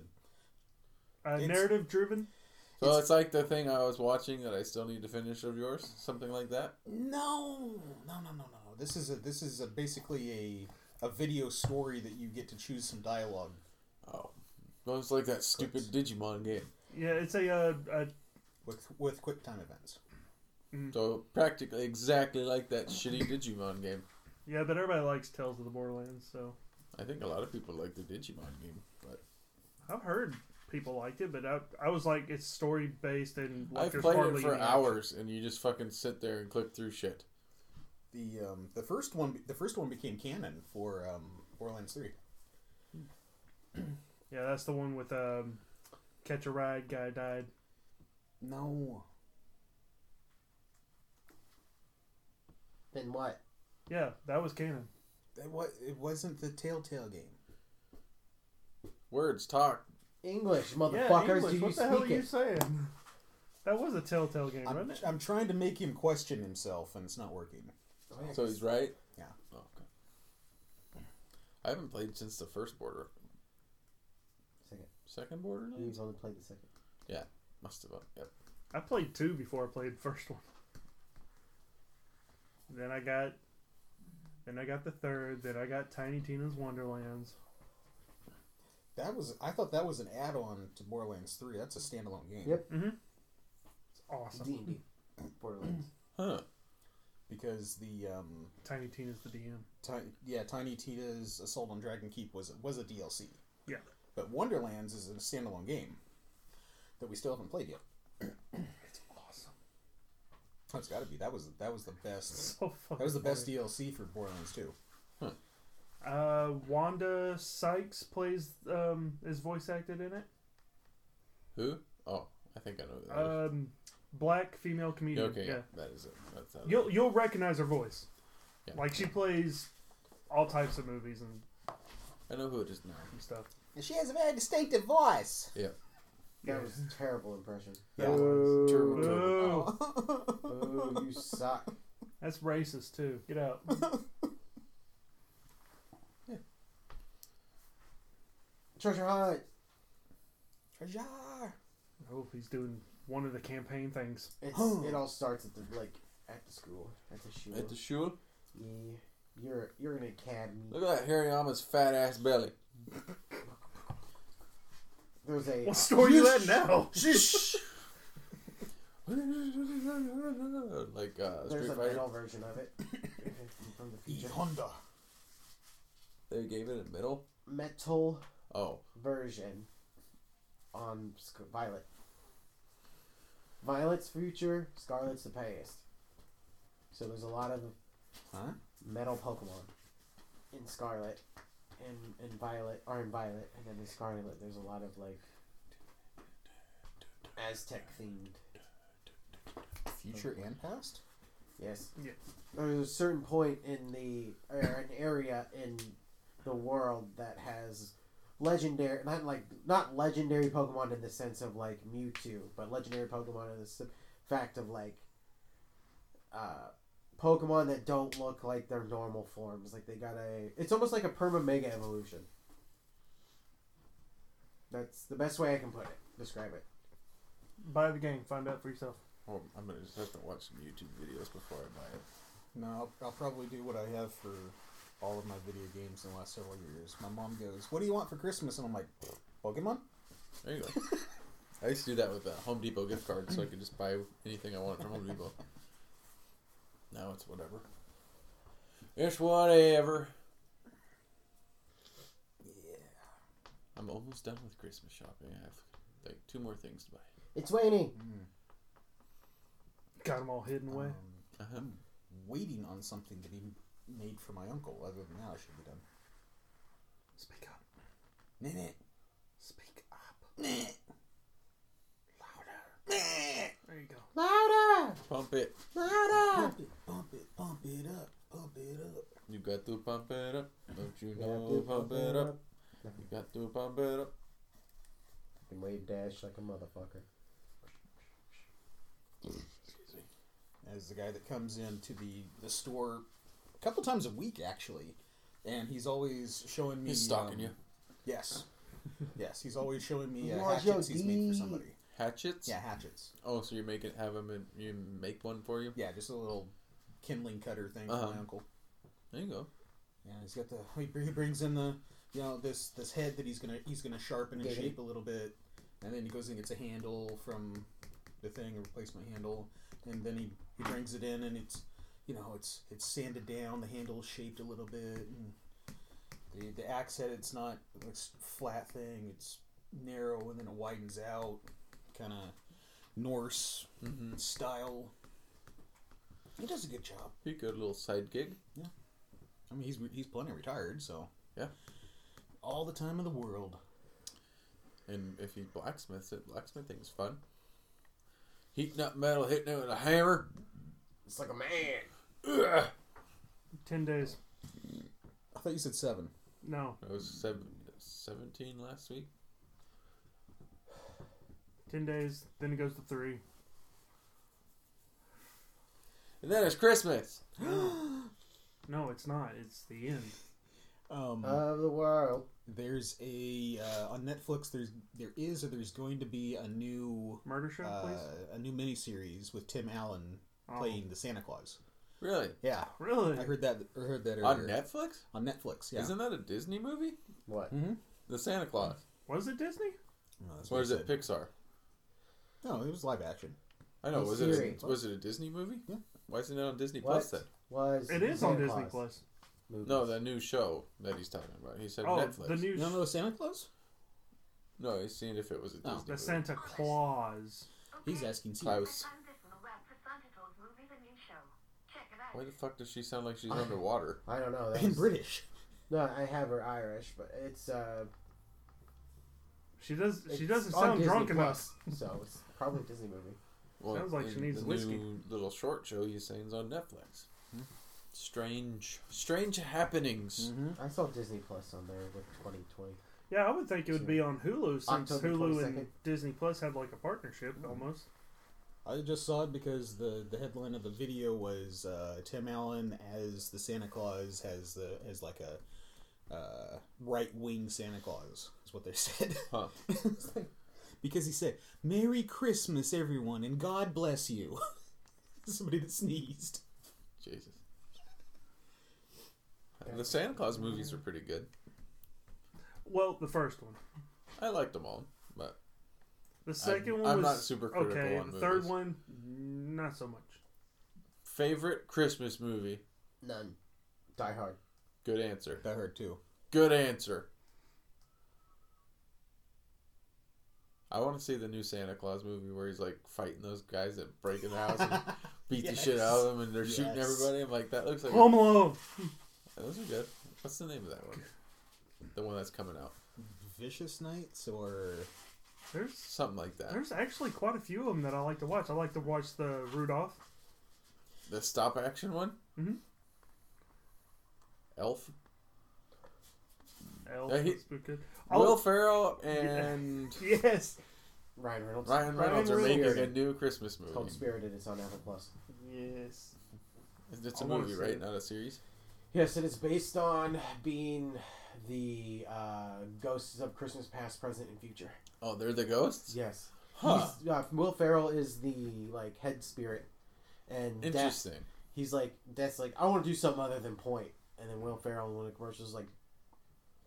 Uh, It's- narrative driven. So it's, like the thing I was watching that I still need to finish of yours, something like that. No, no, no, no, no. no. This is a this is a basically a a video story that you get to choose some dialogue. Oh, well, it's like that stupid Digimon game. Yeah, it's a, uh, a with with quick time events. So practically exactly like that shitty Digimon game. yeah, but everybody likes Tales of the Borderlands, so I think a lot of people like the Digimon game, but I've heard people liked it, but I, I was like, it's story based and like I've there's played it hardly for any action. hours, and you just fucking sit there and click through shit. The um, the first one the first one became canon for um, Borderlands Three. Yeah, that's the one with um, catch a ride guy died. No, Then what? Yeah, that was canon. that was it wasn't the Telltale game. Words talk. English, Yeah, motherfuckers. English, do you what the hell are speak you it? saying? That was a Telltale game, I'm, wasn't it? I'm trying to make him question himself, and it's not working. Oh, So he's right. Yeah. Oh, okay. I haven't played since the first border, Second. second border. He's only played the second. Yeah, must have. Yep. I played two before I played the first one. Then I got, then I got the third. Then I got Tiny Tina's Wonderlands. That was I thought that was an add on to Borderlands Three. That's a standalone game. Yep. It's awesome. D and D. Borderlands. Huh. Because the um, Tiny Tina's the DM. ti- yeah Tiny Tita's Assault on Dragon Keep was was a DLC, Yeah, but Wonderlands is a standalone game that we still haven't played yet. it's awesome. That's got to be that was that was the best So fucking. That was the best funny. DLC for Borderlands 2. Uh, Wanda Sykes plays um is voice acted in it. Who? Oh, I think I know who that. Uh, is. Um, black female Yeah, comedian. okay, yeah. yeah. that is it. That's that. You'll you'll recognize her voice. Yeah. Like she plays all types of movies and, I know who it is now. and stuff. And she has a very distinctive voice. Yeah. Yeah. That was a terrible impression. Yeah. Turbo, turbo. Boo. Oh, you suck. That's racist too. Get out. Treasure hunt. Treasure. Oh, he's doing one of the campaign things. It's, it all starts at the like at the school at the shul. At the shul. yeah, you're you're an academy. Look at that Hariyama's fat ass belly. There's a What store are you at now? like uh, there's Street a Fighter. metal version of it from the future. Honda. They gave it a middle. Metal Oh, version on Sc- Violet. Violet's future, Scarlet's the past. So there's a lot of Huh? metal Pokemon in Scarlet and in Violet are in Violet and then in Scarlet there's a lot of like Aztec themed. Future and past? Yes. Yeah. There's a certain point in the or an area in the world that has legendary not like not legendary Pokemon in the sense of like Mewtwo, but legendary Pokemon in the s- fact of like uh Pokemon that don't look like their normal forms. Like they got a it's almost like a perma mega evolution. That's the best way I can put it. Describe it. Buy the game. Find out for yourself. well, I'm gonna just have to watch some YouTube videos before I buy it. No, I'll, I'll probably do what I have for all of my video games in the last several years. My mom goes, What do you want for Christmas? And I'm like, Pokemon? There you go. I used to do that with a Home Depot gift card, so I could just buy anything I wanted from Home Depot. Now it's whatever. It's whatever. Yeah. I'm almost done with Christmas shopping. I have like two more things to buy. It's raining. Got them all hidden away. Um, Uh-huh. I'm waiting on something to be made for my uncle. Other than that, I should be done. Speak up. Nah, Speak up. nah. Louder. Nah. There you go. Louder! Pump it. Louder! Pump it, pump it, pump it up, pump it up. You got to pump it up. Don't you Yeah, know? dude, pump it up. You got to pump it up. Fucking wave dash like a motherfucker. as the guy that comes into the the store a couple times a week actually, and he's always showing me. He's stalking um, you. Yes, yes, he's always showing me You uh, want hatchets your he's made for D? somebody. Hatchets? Yeah, hatchets. Oh, so you make it have him in- you make one for you? Yeah, just a little kindling cutter thing for Uh-huh. my uncle. There you go. Yeah, he's got the he br- he brings in the you know this this head that he's gonna he's gonna sharpen and Did he? shape a little bit, and then he goes and gets a handle from the thing a replacement handle, and then he he brings it in and it's you know it's it's sanded down the handle's shaped a little bit and the the axe head it's not this flat thing it's narrow and then it widens out kind of Norse Mm-hmm. style. He does a good job. You good little side gig. I mean, he's he's plenty retired, so Yeah. all the time in the world. And if he blacksmiths it, blacksmithing's fun. Heating up metal, hitting it with a hammer. It's like a man. Ugh. Ten days. I thought you said seven. No, I was seven, 17 last week. ten days. Then it goes to three. And then it's Christmas. No, it's not. It's the end. Um, Of the world. there's a uh, on Netflix. There's there is or there's going to be a new Murder show, uh, please. a new miniseries with Tim Allen Oh. playing the Santa Claus. Really? Yeah, Really? I heard that. I heard that earlier. On Netflix? On Netflix. Yeah. Isn't that a Disney movie? What? The Santa Claus. Was it Disney? No, Oh, that's Or what is I it said. Pixar? No, it was live action. I know. It's Was it, serious. a, was it a Disney movie? Yeah. Why isn't it on Disney What? Plus then? Was It is on Santa Disney Plus. movies. No, the new show that he's talking about. He said Oh, Netflix. the new You don't know Santa Claus? No, he's seeing if it was a Disney Oh. movie. the Santa Claus. He's asking I too. was. I found this on the web for Santa Claus movie, the new show. Check it out. Why the fuck does she sound like she's underwater? I don't know. that In was- British. No, I have her Irish, but it's uh. She does. She it's doesn't on sound Disney drunk Plus, enough. so it's probably a Disney movie. Well, Sounds like in she needs the whiskey. New little short show he's saying's on Netflix. Hmm. Strange, strange happenings. Mm-hmm. I saw Disney Plus on there with 2020. Yeah, I would think it would be on Hulu since October Hulu 22nd. and Disney Plus have like a partnership Hmm. almost. I just saw it because the, the headline of the video was uh, Tim Allen as the Santa Claus has the as like a uh, right wing Santa Claus is what they said Huh. It's like- because he said Merry Christmas everyone and God bless you somebody that sneezed Jesus. The Santa Claus movies are pretty good. Well, the first one. I liked them all, but The 2nd I'm one was not super critical okay. on the third movies. one, not so much. favorite Christmas movie? None. Die Hard. Good answer. I heard too Good answer. I want to see the new Santa Claus movie where he's like fighting those guys that break in the house and beat the shit out of them and they're shooting Yes. everybody. I'm like, that looks like a Home Alone. Those are good. What's the name of that one? The one that's coming out. Vicious Nights or There's Something like that. there's actually quite a few of them that I like to watch. I like to watch the Rudolph. The stop action one? Mm-hmm. Mhm. Elf? Elf. Yeah, he- that's pretty good. Will Oh, Ferrell and yes. Ryan Reynolds. Ryan Reynolds are Reynolds. making a new Christmas It's called movie. Spirited. It's on Apple Plus. Yes. It's I a wanna movie, see right? it. Not a series? Yes, it is based on being the uh, ghosts of Christmas past, present, and future. Oh, they're the ghosts? Yes. Huh. He's- Uh, Will Ferrell is the like head spirit, and Death, Interesting. he's like that's like I want to do something other than point. And then Will Ferrell in one of the commercials is like,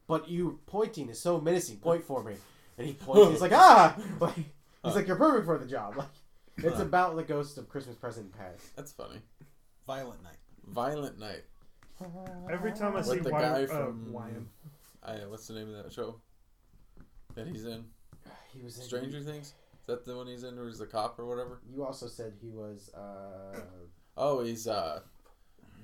"But you pointing is so menacing. Point for me." And he points. he's like, "Ah!" Like he's like, "You're perfect for the job." Like it's Huh. about the ghosts of Christmas present and past. That's funny. Violent Night Violent Night. Every time I see the Wyam, guy from- uh, Wyam. I, what's the name of that show that he's in? He was in Stranger Things? Is that the one he's in, or is the cop or whatever? You also said he was uh, Oh, he's uh,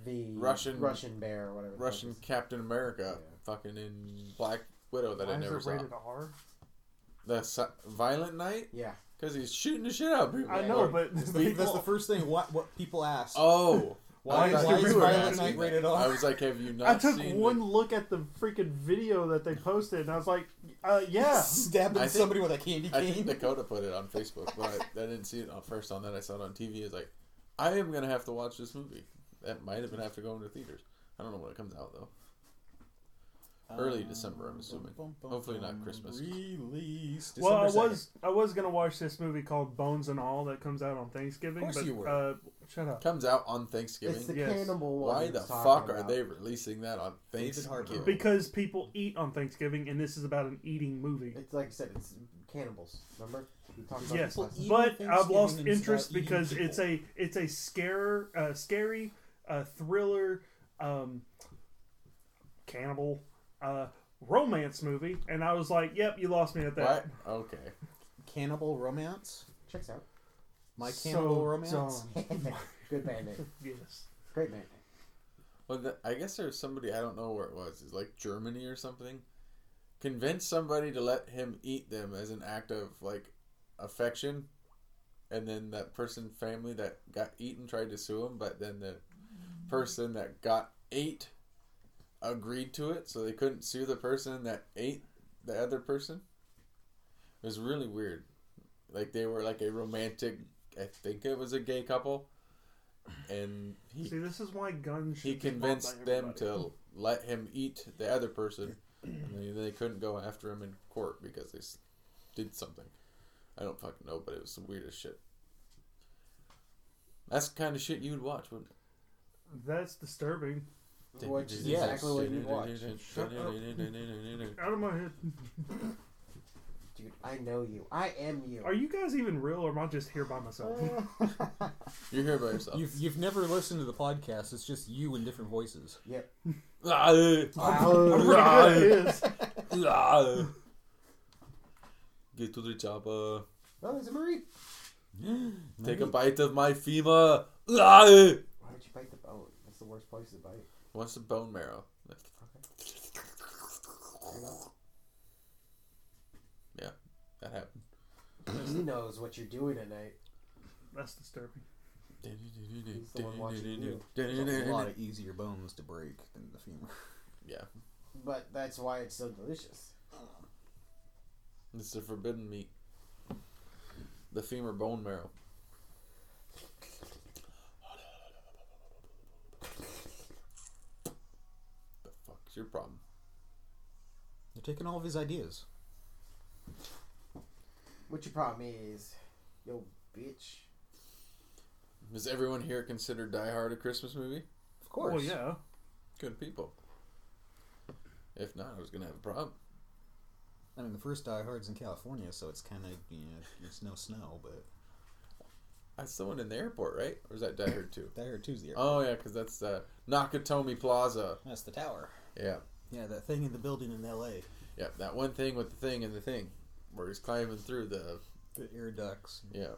the Russian- Russian bear or whatever. the fuck Russian it's- Captain America, Yeah. fucking in Black Widow that Why I is never it saw. rated R? The si- Violent Night Yeah. because he's shooting the shit out of people. I know, Or- but that's the, that's the first thing what, what people ask oh, Why I is- thought why you is were Violent asking Night that. rated R? I was like, have you not? I took seen one The- look at the freaking video that they posted, and I was like, uh, "Yeah, stabbing I think- somebody with a candy I think cane Dakota put it on Facebook, but I, I didn't see it on first on that. I saw it on TV. It's like, I am gonna have to watch this movie. That might even have to go into theaters. I don't know when it comes out though. Early December, I'm assuming. Hopefully not Christmas. Release. well, I December was I was gonna watch this movie called Bones and All that comes out on Thanksgiving. Of course but, you were. Uh, shut up. Comes out on It's the Thanksgiving. Yes. cannibal one. Why he the was talking fuck are about. they releasing that on David Harbour. Thanksgiving? Because people eat on Thanksgiving, and this is about an eating movie. It's like I said. It's cannibals. Remember? We talked about Yes, this last eat but on I've lost Thanksgiving and interest start eating because it's a it's a scare, uh, scary, uh, thriller, um, cannibal, uh, romance movie, and I was like, "Yep, you lost me at that." What? Okay. Cannibal Romance. Checks out. My So Cannibal Romance. dumb. Good band name. Yes. Great band name. Well, the, I guess there's somebody I don't know where it was. It's like Germany or something. Convince somebody to let him eat them as an act of like affection, and then that person family that got eaten tried to sue him, but then the person that got ate agreed to it, so they couldn't sue the person that ate the other person. It was really weird. Like they were like a romantic. I think it was a gay couple, and he See, this is why guns. he should be bought by convinced them everybody. to let him eat the other person, and they, they couldn't go after him in court because they s- did something. I don't fucking know, but it was the weirdest shit. That's the kind of shit you'd watch, wouldn't it? That's disturbing. Which is exactly what you watch. Out of my head. Dude, I know you. I am you. Are you guys even real, or am I just here by myself? Uh, You're here by yourself. You've, you've never listened to the podcast. It's just you in different voices. Yep. Ah. That is. Get to the chopper. Oh, there's a Marie. Take a bite of my Ah. femur. What's Why did you bite the bone? That's the worst place to bite. the bone marrow? You know? Yeah, that happened. He knows what you're doing at night. That's disturbing. He's the one watching you. There's a lot Yeah. of easier bones to break than the femur. But that's why it's so delicious. It's the forbidden meat. The femur bone marrow. The fuck's your problem? They're taking all of his ideas. What your problem is, yo, bitch. Does everyone here consider Die Hard a Christmas movie? Of course. Well, yeah. Good people. If not, I was gonna have a problem. I mean, the first Die Hard's in California, so it's kind of, you know, there's no snow, but That's the one in the airport, right? Or is that Die Hard 2? Die Hard 2's the airport. Oh, yeah, because that's uh, Nakatomi Plaza. That's the tower. Yeah. Yeah, that thing in the building in L.A. Yeah, that one thing with the thing and the thing, where he's climbing through the The air ducts. yeah,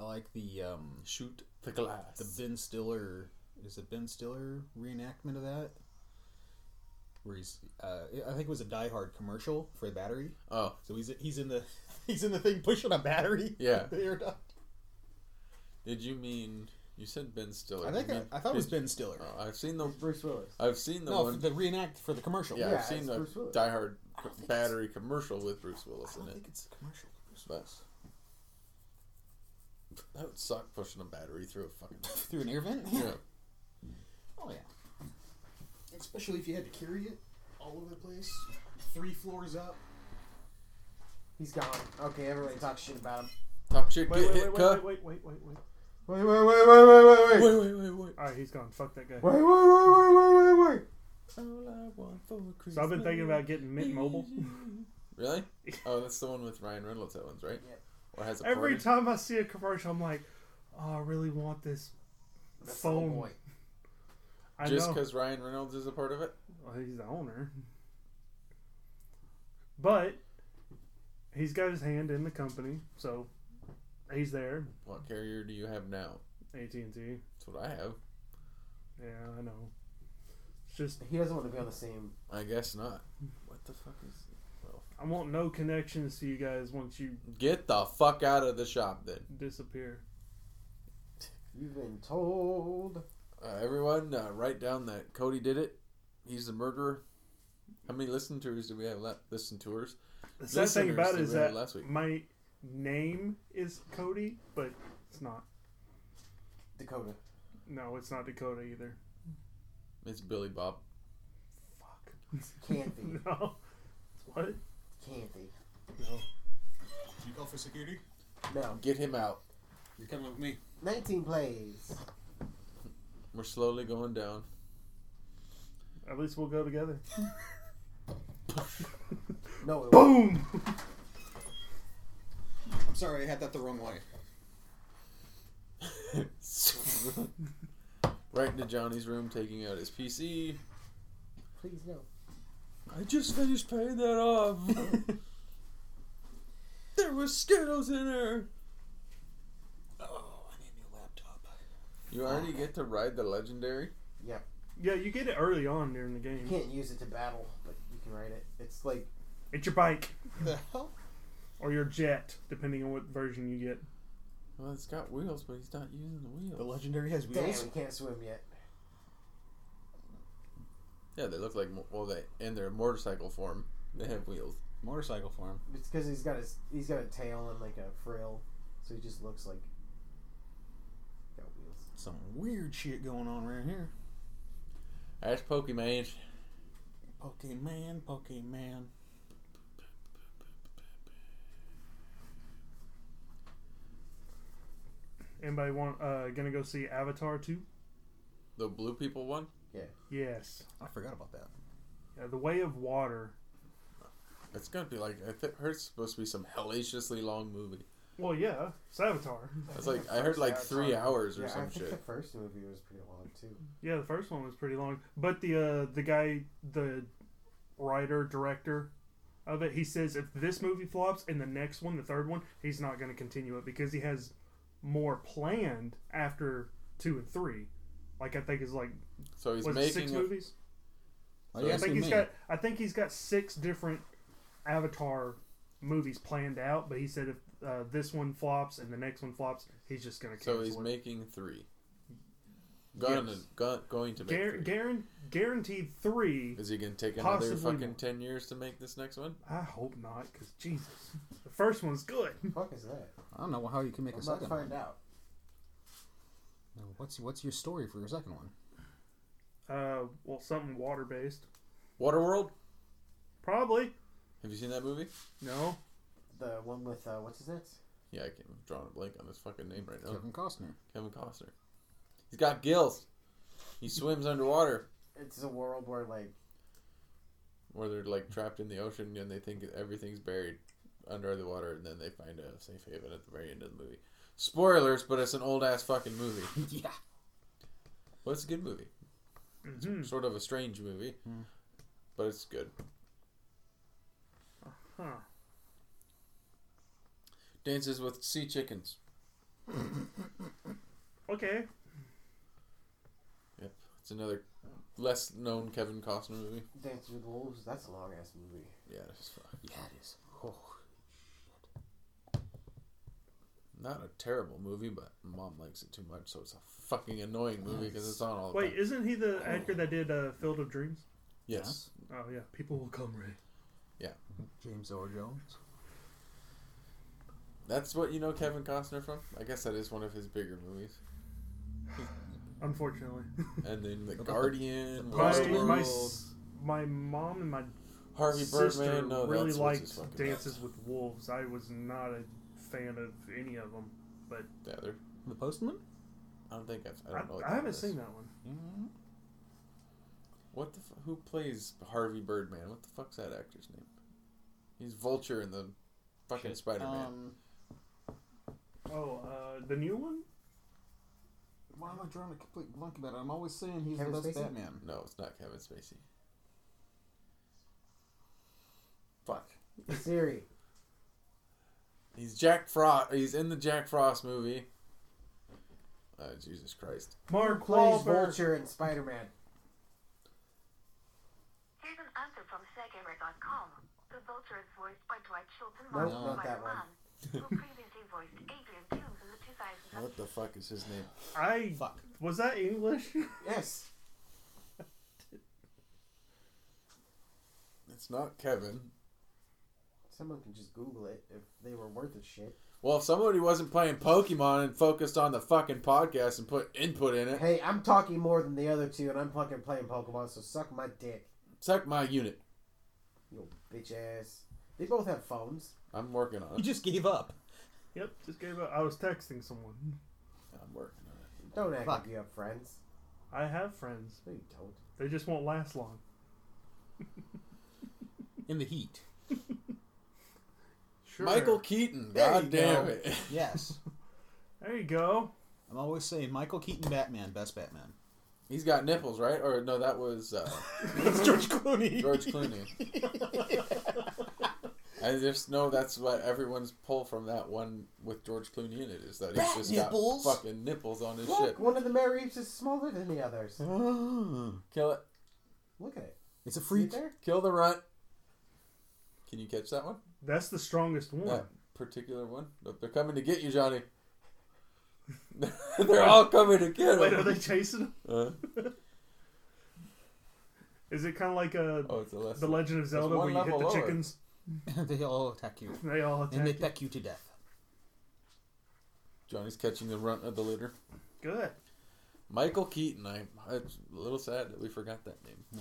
I like the um, shoot the glass. the Ben Stiller is it Ben Stiller reenactment of that where he's uh, I think it was a Die Hard commercial for the battery. oh, So he's he's in the he's in the thing pushing a battery. Yeah. The air duct. did you mean you said Ben Stiller? I think You I, mean- I thought it was did Ben Stiller. you- oh, I've seen the It's Bruce Willis. I've seen the no, one. for the reenact for the commercial. yeah, Yeah, I've seen it's the Bruce Willis. Die Hard I don't think it's- battery commercial with Bruce Willis I in don't it. think it's a commercial. But that would suck pushing a battery through a fucking Through an air vent. yeah. Oh yeah. Especially if you had to carry it all over the place, three floors up. He's gone. Okay, everybody talk shit about him. Talk shit, Wait, get wait, hit, wait, cut. wait, wait, wait, wait, wait. Wait, wait, wait, wait, wait, wait, wait. Wait, wait, wait, wait. All right, he's gone. Fuck that guy. Wait, wait, wait, wait, wait, wait, wait. All I want for Christmas. So I've been thinking about getting Mint Mobile. Really? Oh, that's the one with Ryan Reynolds. That one's right. Yep. Or has a Every portage? time I see a commercial, I'm like, oh, I really want this That's the phone. old boy. I Just know. because Ryan Reynolds is a part of it? Well, he's the owner. But he's got his hand in the company, so he's there. What carrier do you have now? AT and T. That's what I have. Yeah, I know. It's just He doesn't want to be on the same. I guess not. What the fuck is. I want no connections to you guys once you Get the fuck out of the shop then. disappear. You've been told. Uh, everyone, uh, write down that Cody did it. He's the murderer. How many listen tours do we have left? Listen tours? The sad thing Listeners about that it is we had that last week. my name is Cody, but it's not. Dakota. No, it's not Dakota either. It's Billy Bob. Fuck. Can't Hmm. be. No. What? Can't be. No. Did you call for security? No. Get him out. You're coming with me. 19 plays. We're slowly going down. At least we'll go together. No, it won't. Boom! I'm sorry, I had that the wrong way. right into Johnny's room, taking out his PC. Please, no. I just finished paying that off. there was Skittles in her. Oh, I need a new laptop. You already get to ride the legendary. Yeah, you get it early on during the You game. can't use it to battle, but you can ride it. It's like, It's your bike The hell? or your jet, depending on what version you get. Well, it's got wheels, but he's not using the wheels. The legendary has damn, wheels. we can't swim yet. yeah, they look like mo- well, they in their motorcycle form. They have wheels. Motorcycle form. It's because he's got his he's got a tail and like a frill, so he just looks like got wheels. Some weird shit going on around here. That's Pokemon. Pokemon, Pokemon. Anybody want uh gonna go see Avatar 2? The blue people one. Yes. I forgot about that. Yeah, the Way of Water. It's gonna be like I th- heard it's supposed to be some hellaciously long movie. Well, yeah, it's Avatar. It's think like the I heard first like Avatar- three hours or Yeah, I some think the shit. first movie was pretty long too. Yeah, the first one was pretty long, but the uh, the guy, the writer director of it, he says if this movie flops and the next one, the third one, he's not going to continue it because he has more planned after two and three. Like I think it's like So he's was it six making. a- movies? Why So you I I think asking he's me? got I think he's got six different Avatar movies planned out, but he said if uh, this one flops and the next one flops, he's just going to cancel so he's it. making three. Gonna, Yes. go- going to make. Guar- three. guaran- guaranteed three. Is he gonna take another Possibly fucking more. ten years to make this next one? I hope not, because Jesus, the first one's good. fuck is that? I don't know how you can make a I'm about to second find one. out. Now, What's what's your story for your second one? Uh, well, something water based, Waterworld. probably. Have you seen that movie? No, The one with uh, what's his name? Yeah, I can't, I'm drawing a blank on his fucking name right now. Kevin Costner. Kevin Costner. He's got gills. He swims underwater, It's a world where like where they're like trapped in the ocean and they think everything's buried under the water, and then they find a safe haven at the very end of the movie. Spoilers, but it's an old ass fucking movie. yeah. Well, it's a good movie. Mhm. Sort of a strange movie, Hmm. but it's good. huh? Dances with sea chickens. Okay, Yep, it's another less known Kevin Costner movie. Dance with Wolves. That's a long ass movie. Yeah, it's fu- Yeah, it is. Oh. not a terrible movie, but mom likes it too much, so it's a fucking annoying movie because it's on all the wait, time. isn't he Oh. the actor that did uh, Field of Dreams? Yes, Oh yeah, people will come, Ray. James Earl Jones. that's what you know Kevin Costner from. I guess that is one of his bigger movies. Unfortunately, And then The About the- Guardian, the my, Lost Westworld, my s- my mom and my Harvey sister Birdman. No, really that's what's his liked fucking Dances with Wolves. I was not a fan of any of them. name. Yeah, they're- The Postman? I don't think I've, I I, don't know. What I haven't is. seen that one. Mm-hmm. mm What the f- who plays Harvey Birdman? What the fuck's that actor's name? He's Vulture in the fucking Spider-Man. Um, Oh, uh, the new one? why am I drawing a complete blank about it? I'm always saying he's Kevin the best Spacey? Batman. no, it's not Kevin Spacey. Fuck. Siri. He's Jack Frost. He's in the Jack Frost movie. Uh, Jesus Christ. Mark Plays Wahlberg. Vulture and Spider Man. Here's an answer from Segera.com. The vulture is voiced by Dwight Schultz and No, Mark not that one. Spider-Man, who previously voiced Adrian Toomes in the 2000s. What the fuck is his name? I Fuck. was that English? Yes. It's not Kevin. Someone can just Google it if they were worth a shit. Well, if somebody wasn't playing Pokemon and focused on the fucking podcast and put input in it, Hey, I'm talking more than the other two, and I'm fucking playing Pokemon, so suck my dick, suck my unit. you bitch ass. They both have phones. I'm working on You it. just gave up. Yep, just gave up. I was texting someone. I'm working on it. Don't act Fuck. like you have friends. I have friends. No, you don't. They just won't last long. In the heat. Sure. Michael Keaton, There god you damn go. it. Yes. There you go. I'm always saying Michael Keaton Batman, best Batman. He's got nipples, right? Or no, that was uh, It's George Clooney. George Clooney. I just know that's what everyone's pull from that one with George Clooney in it is that he's Bat just nipples. got fucking nipples on his Look, shit. one of the Mary Eves is smaller than the others. Kill it. Look at it. It's a See it freak. there? Kill the runt. Can you catch that one? That's the strongest one. That particular one? Look, They're coming to get you, Johnny. They're all coming to get Wait, are him. they chasing him? Uh, Is it kind of like uh oh, it's a less. The Legend of Zelda where one you hit the level lower. chickens? they all attack you. They all And attack. they you. peck you to death. Johnny's catching the runt of the litter. Good. Michael Keaton. I, it's a little sad that we forgot that name. Yeah.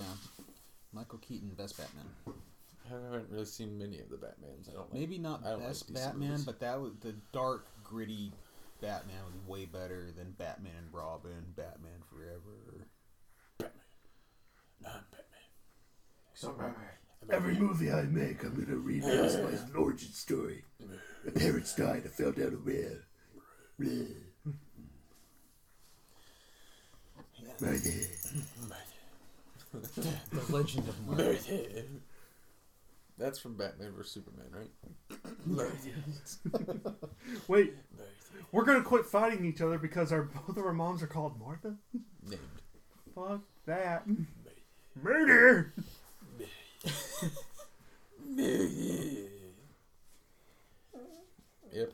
Michael Keaton, best Batman. I haven't really seen many of the Batmans. I don't like. Maybe not I don't like best DC Batman, movies. but that was the dark, gritty Batman was way better than Batman and Robin, Batman Forever. I'm Batman. So Mary. Every movie I make, I'm gonna read this my origin story. My parents died. I fell down a well. Bleh. Right there. The Legend of Marvel. Batman. That's from Batman vs Superman, right? Wait, we're gonna quit fighting each other because our both of our moms are called Martha. Named. Fuck that. Murder. Yep.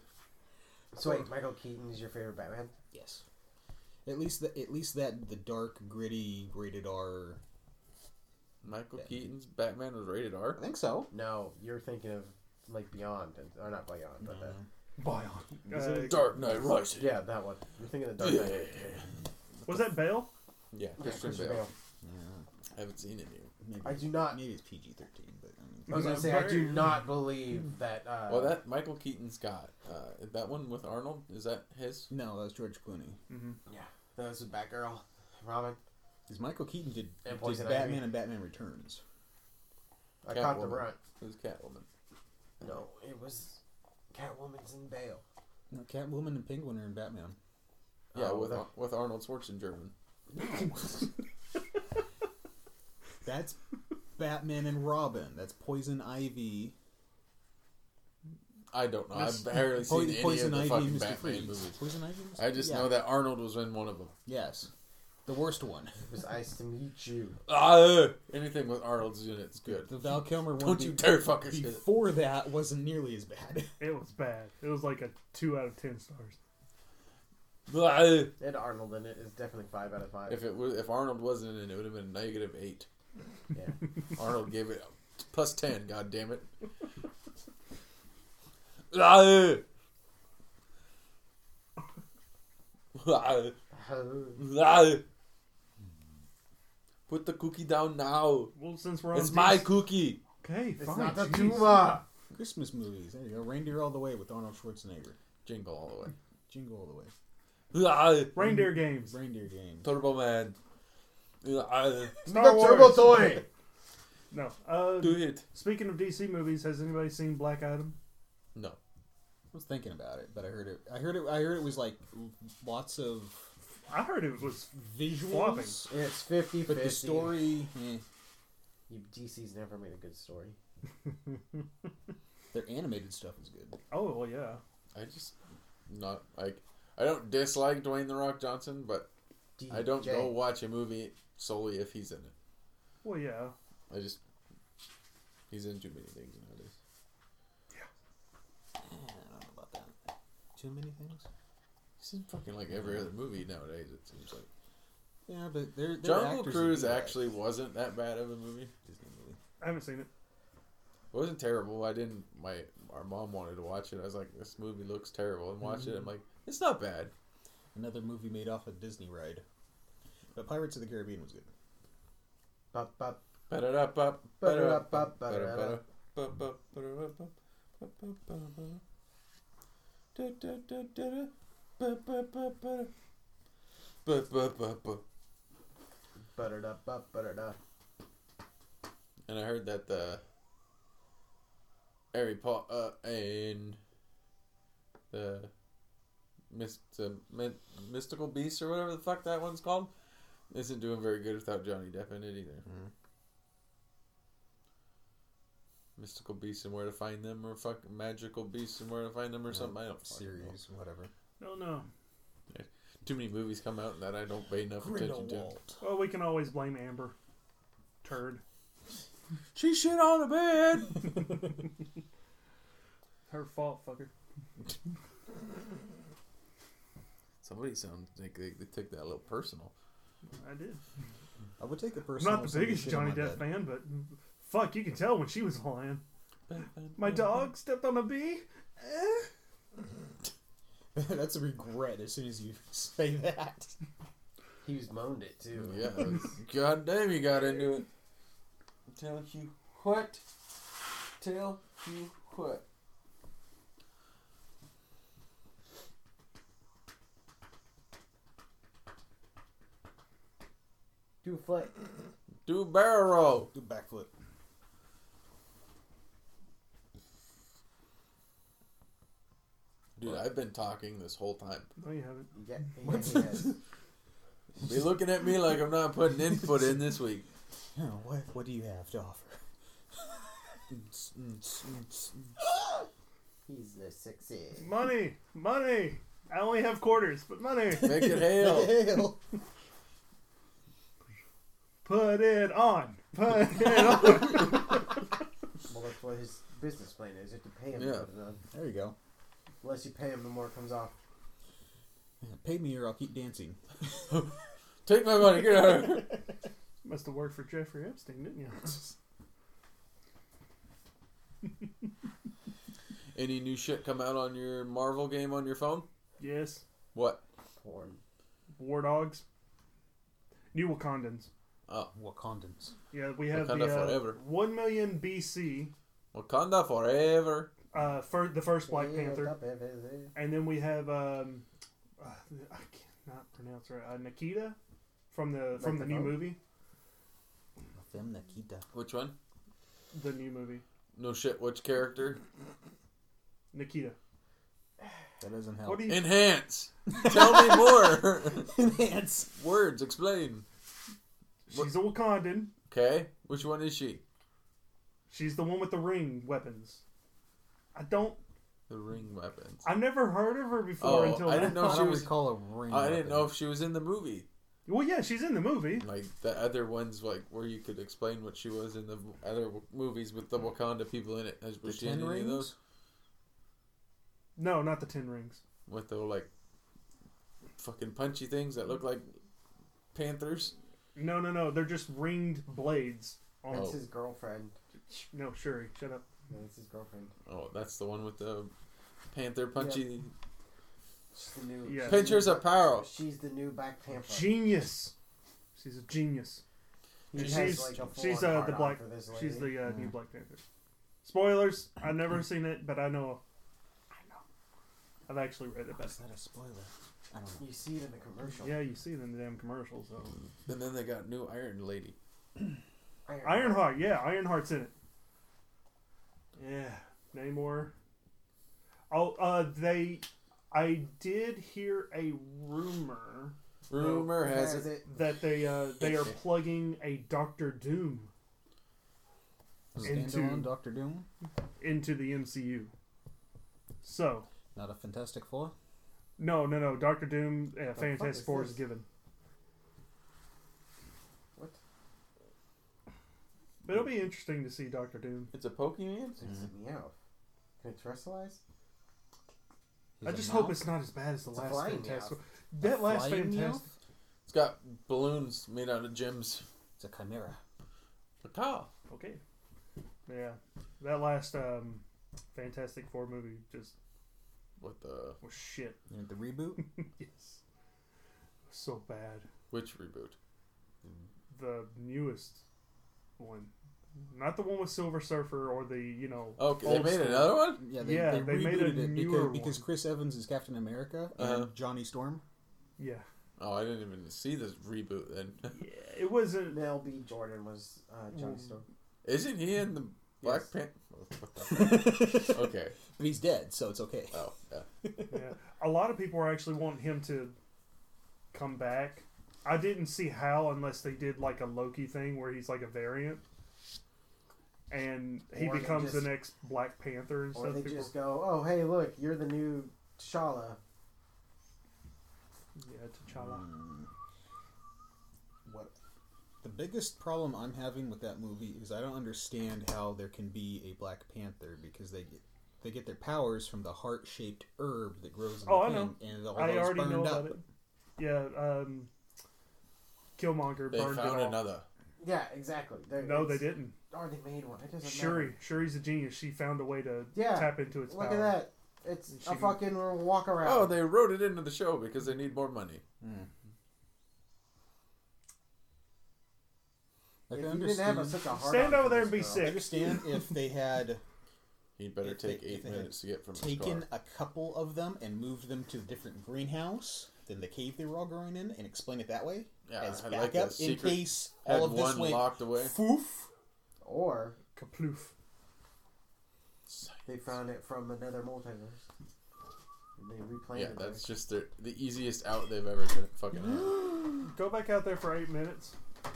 So wait, Michael Keaton is your favorite Batman? Yes. At least the, at least that the dark, gritty, rated R. Michael Batman. Keaton's Batman was rated R. I think so. No, you're thinking of like Beyond, and, or not Beyond, but the, Bion. Uh, Dark Knight Rises. yeah, that one. You're thinking of Dark Yeah. Knight. Yeah, was that Bale? Yeah, Christian Christian Bale. Bale. I haven't seen it yet. Maybe, I do not. maybe it's PG thirteen, but I mean, I was gonna say I do not believe that. Uh, Well, that Michael Keaton's got uh, that one with Arnold. Is that his? no, that was George Clooney. yeah, that was with Batgirl, Robin. Because Michael Keaton did, And did Poison Batman Ivy. and Batman Returns. I caught the Catwoman. brunt. Who's Catwoman? No, it was Catwoman's in Bale. No, Catwoman and Penguin are in Batman. Yeah, Oh, with that- with Arnold Schwarzenegger. That's Batman and Robin. That's Poison Ivy. I don't know. Miss- I've barely Po- seen any of the fucking and Batman Freeze. movies. Poison Ivy. and Mr. I just Yeah. know that Arnold was in one of them. Yes, the worst one. It was Ice to Meet You. Ah, anything with Arnold's in it's good. The Val Kilmer one. Don't be- you dare fuck your shit. Before that wasn't nearly as bad. It was bad. It was like a two out of ten stars. Ah. It had Arnold in it. It's definitely five out of five. If it was, if Arnold wasn't in it, it would have been a negative eight. yeah. Arnold gave it a plus ten. God damn it. Ah. Ah. Ah. Put the cookie down now. Well, since we're on It's my DC cookie. Okay, it's fine. not uh, the jeez. Tuma. Christmas movies. There you go. Reindeer all the way with Arnold Schwarzenegger. Jingle all Jingle all the way. the way. Ah. Reindeer games. Reindeer game. Turbo Man. Ah. Star the Wars. Turbo Toy. No. Uh, Do it. speaking of DC movies, has anybody seen Black Adam? No. I was thinking about it, but I heard it. I heard it. I heard it was like lots of I heard it was visuals, Flopping. It's 50 but the story. eh, You, DC's never made a good story. their animated stuff is good. Eh, oh well, yeah. I just not like I don't dislike Dwayne the Rock Johnson, but DJ. I don't go watch a movie solely if he's in it. Well, yeah. I just he's in too many things nowadays. Eh, I don't know about that. Too many things. He's in fucking like every other movie nowadays. It seems like Yeah, but they're, they're Jungle actors Cruise that do that. actually wasn't that bad of a movie. Disney movie. I haven't seen it. wasn't terrible. I didn't. My our mom wanted to watch it. I was like, this movie looks terrible, and watch it. I'm like, it's not bad. Another movie made off a Disney ride. But Pirates of the Caribbean was good. Bup, bup. Ba-da-da-bup, Ba-da-da-bup, ba-da-da-bup, ba-da-da-da. ba-da-bup, bup, ba-da-da-bup, ba-ba-ba-ba. Da-da-da-da-da, ba-ba-ba-ba. Ba-ba-ba-ba. Ba-da-da, bup, ba-da-da. And I heard that the Harry Potter uh, and the myst- uh, mi- mystical beast or whatever the fuck that one's called isn't doing very good without Johnny Depp in it either. Mystical beasts and where to find them, or fuck magical beasts and where to find them, or something. I don't fucking know. Series, whatever. No, no. Too many movies come out that I don't pay enough attention to. Well, we can always blame Amber. Turd. She shit on the bed. Her fault, fucker. Somebody sounds like they, they took that a little personal. I did. I would take a I'm personal. not the biggest Johnny Depp fan, but fuck, you can tell when she was lying. My dog stepped on a bee. That's a regret as soon as you say that. He was moaned it too. Yeah, god damn, you got into it. Tell you what? Tell you what? Two foot. Do a barrel roll. Do backflip. Dude, I've been talking this whole time. No, you haven't. You get. he got- he has- Be looking at me like I'm not putting input in this week. Oh, what, what do you have to offer? He's the sexy. Money, money. I only have quarters, but money. Make it hail. Put it on. Put it on. Well, that's what his business plan is. You have to pay him. Yeah. for the- There you go. Unless you pay him, the more it comes off. Pay me or I'll keep dancing. Take my money. Get out of here. Must have worked for Jeffrey Epstein, didn't you? Any new shit come out on your Marvel game on your phone? yes. What? Porn. War dogs. New Wakandans. Oh, Wakandans. Yeah, we have Wakanda the uh, forever. 1 million BC, Wakanda forever. uh, for the first Black Yeah, Panther. up, eh, eh, eh. And then we have um, uh, I cannot pronounce her. Uh, Nikita from the Like from the, the new boat? movie. Fem Nikita. Which one? The new movie. No shit. Which character? Nikita. That doesn't help. What do you? Enhance. Tell me more. Enhance. Words. Explain. she's a Wakandan. Okay. Which one is she? She's the one with the ring weapons. I don't. The ring weapons. I never heard of her before Oh, until I now. didn't know I she don't was- recall a ring. I didn't weapon. know if she was in the movie. Well, yeah, she's in the movie. Like the other ones, like where you could explain what she was in the other w- movies with the Wakanda people in it. Has The was she in Ten any Rings. of those? No, not the Ten Rings. With the like fucking punchy things that look like panthers. No, no, no. They're just ringed blades. On That's Oh. his girlfriend. No, Shuri, shut up. No, that's his girlfriend. Oh, that's the one with the panther punchy She's the new. Yeah. pinchers of power. She's the new Black Panther. Genius. She's a genius. He has, she's like, a she's full-on uh, the hard-on black. for this She's lady. the uh, new Black Panther. Spoilers. I've never seen it, but I know. I know. I've actually read about Is that a spoiler? I don't know. You see it in the commercial. it. Yeah, you see it in the damn commercials. Though. And then they got new Iron Lady. Ironheart. Yeah, Ironheart's in it. Yeah, Namor. Oh, uh, they. I did hear a rumor Rumor has it. that they uh, they are plugging a Doctor Doom A Into- Standalone Doctor Doom. into the MCU. So Not a Fantastic Four. no, no, no. Doctor Doom, uh, is Fantastic Four is this? given. What? But it'll be interesting to see Doctor Doom. It's a Pokemon. It's meow. Can it terrestrialize? He's I a just mouth. hope it's not as bad as the It's a last flying Fantastic. meow. That last flying meow? Fantastic. It's got balloons made out of gems. It's a chimera. A cow. Okay. Yeah, that last um, Fantastic Four movie just What the? was shit. You know, the reboot. yes, so bad. Which reboot? The newest one, not the one with Silver Surfer or the you know. Okay, they old made school. another one. Yeah, they, Yeah, they they made a rebooted it newer because, because one. Chris Evans is Captain America Uh-huh. and Johnny Storm. Yeah, Oh, I didn't even see this reboot. Then yeah, it wasn't. Mel B. Jordan was uh, Johnny Mm. Storm. isn't he in the Black Yes. Panther? What the but fuck? okay. he's dead, so it's okay. Uh, Oh, yeah. Yeah. A lot of people are actually wanting him to come back. I didn't see how unless they did like a Loki thing where he's like a variant. And he Or they becomes just- the next Black Panther and Or stuff. they People- just go, oh, hey, look, you're the new T'Challa. Yeah, T'Challa. Mm. What? The biggest problem I'm having with that movie is I don't understand how there can be a Black Panther because they get they get their powers from the heart shaped herb that grows in Oh, I the know. thing, and all I those already burned know up. about it. Yeah, um, Killmonger They burned it found all. another. Yeah, exactly. They're- No, they it's- didn't. Or they made one. It doesn't Shuri, matter. Shuri's a genius. She found a way to Yeah, tap into its Look power. at that. It's She a can- fucking walk around. Oh, they wrote it into the show because they need more money. I if you can didn't understand, have a, such a hard Stand over there and be I sick. understand if they had He better If they- take if eight they had minutes to get from his taken car. a couple of them and moved them to a different greenhouse than the cave they were all growing in and explain it that way Yeah, as I backup like that. in Secret case Had all of this one went locked away. foof. Or Kaploof. they found it from another multiverse. And they replanted Yeah, it. that's just the, the easiest out they've ever been fucking had. Go back out there for eight minutes.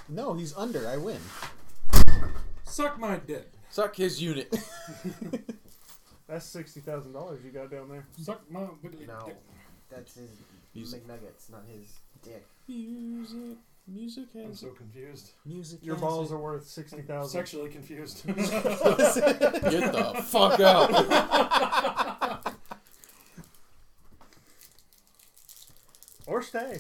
No, he's under. I win. Suck my dick. Suck his unit. That's sixty thousand dollars you got down there. Suck my wiggly No. dick. That's his He's- McNuggets, not his dick. music, music I'm so confused. Music. Your has balls it. are worth sixty thousand. Sexually confused. Get the fuck out. Or stay.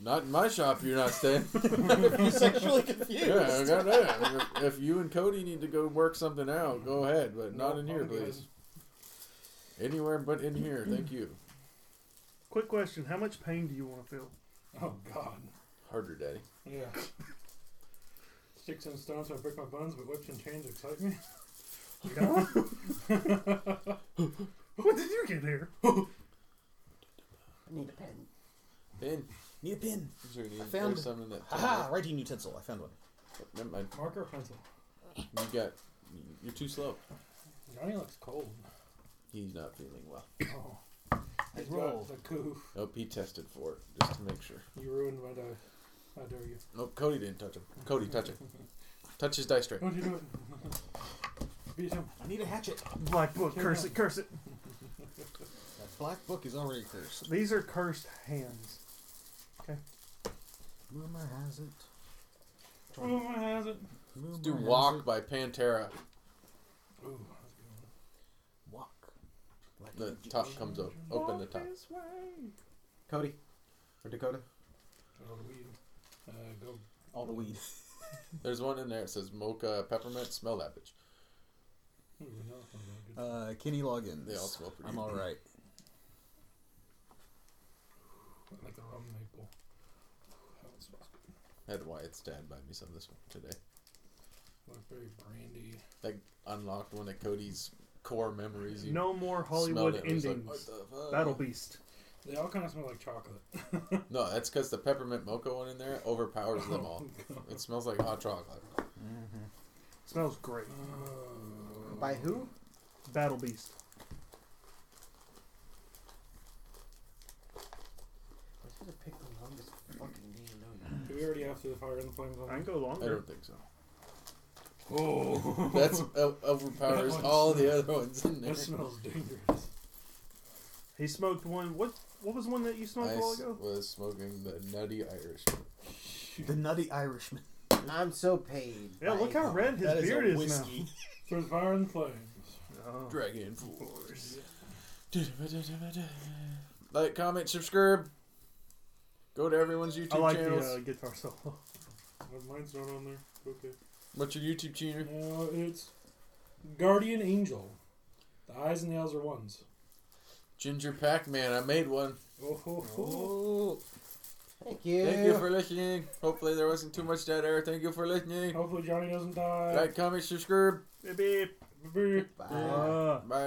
Not in my shop. You're not staying. You're sexually confused. Yeah, goddamn. If, if you and Cody need to go work something out, go ahead, but not in here, please. Anywhere but in here. Thank you. Quick question: How much pain do you want to feel? Oh God. Harder, Daddy. Yeah. Sticks and stones might break my bones, but whips and chains excite me. You know? what did you get here? I need a pen. Ben, Need a pin. is there any- I found- there's something that. uh, Haha, writing utensil. I found one. Never mind. Marker or pencil? You got. You're too slow. Johnny looks cold. He's not feeling well. Oh. I roll. got the goof. Nope, he tested for it just to make sure. You ruined my die. How dare you? Nope, Cody didn't touch him. Cody, touch it. Touch his dice tray. Don't you do it. Beat him. I need a hatchet. Black book, curse it, curse it. That black book is already cursed. These are cursed hands. Rumor has it. Rumor Oh, has it. Rumor Let's do has Walk it. by Pantera. Ooh, that's a good one. Walk. Like The a top magician. comes up. Open the Walk top. this way. Cody. Or Dakota. Go to the weed. Uh, go. All the weed. There's one in there that says mocha peppermint. Smell that bitch. Ooh, no, that's not very good. Uh, Kenny Loggins. They all smell pretty I'm good. all right. like the rum maple. That one smells good. Had Wyatt's dad buy me some this one today. Blackberry brandy. Like unlocked one of Cody's core memories. He No more smelled Hollywood it and was like, endings. "What the fuck?" Battle Beast. They all kind of smell like chocolate. No, that's because the peppermint mocha one in there overpowers them all. It smells like hot chocolate. Smells great. By who? Battle Beast. I should have picked the longest fucking name known. Do we already have to fire in the flames on I can that? go I longer. don't think so. Oh, That's o- overpowers That one all the other ones in there. that smells dangerous. He smoked one. What? What was one that you smoked I a while ago? was smoking the Nutty Irishman. The Nutty Irishman. I'm so paid. Yeah, by- look how red his That is beard a is, whiskey. There's fire in the flames. now. Oh. Dragon Force. Like, comment, subscribe. Go to everyone's YouTube Oh. I like the channels. uh, guitar solo. But mine's not on there. Okay. What's your YouTube channel? No, it's Guardian Angel. The eyes and the eyes are ones. Ginger Pac Man. I made one. Oh, ho, ho. Thank you. Thank you for listening. Hopefully there wasn't too much dead air. Thank you for listening. Hopefully Johnny doesn't die. Like, comment, subscribe. Beep, beep. Beep. Bye. Uh. Bye.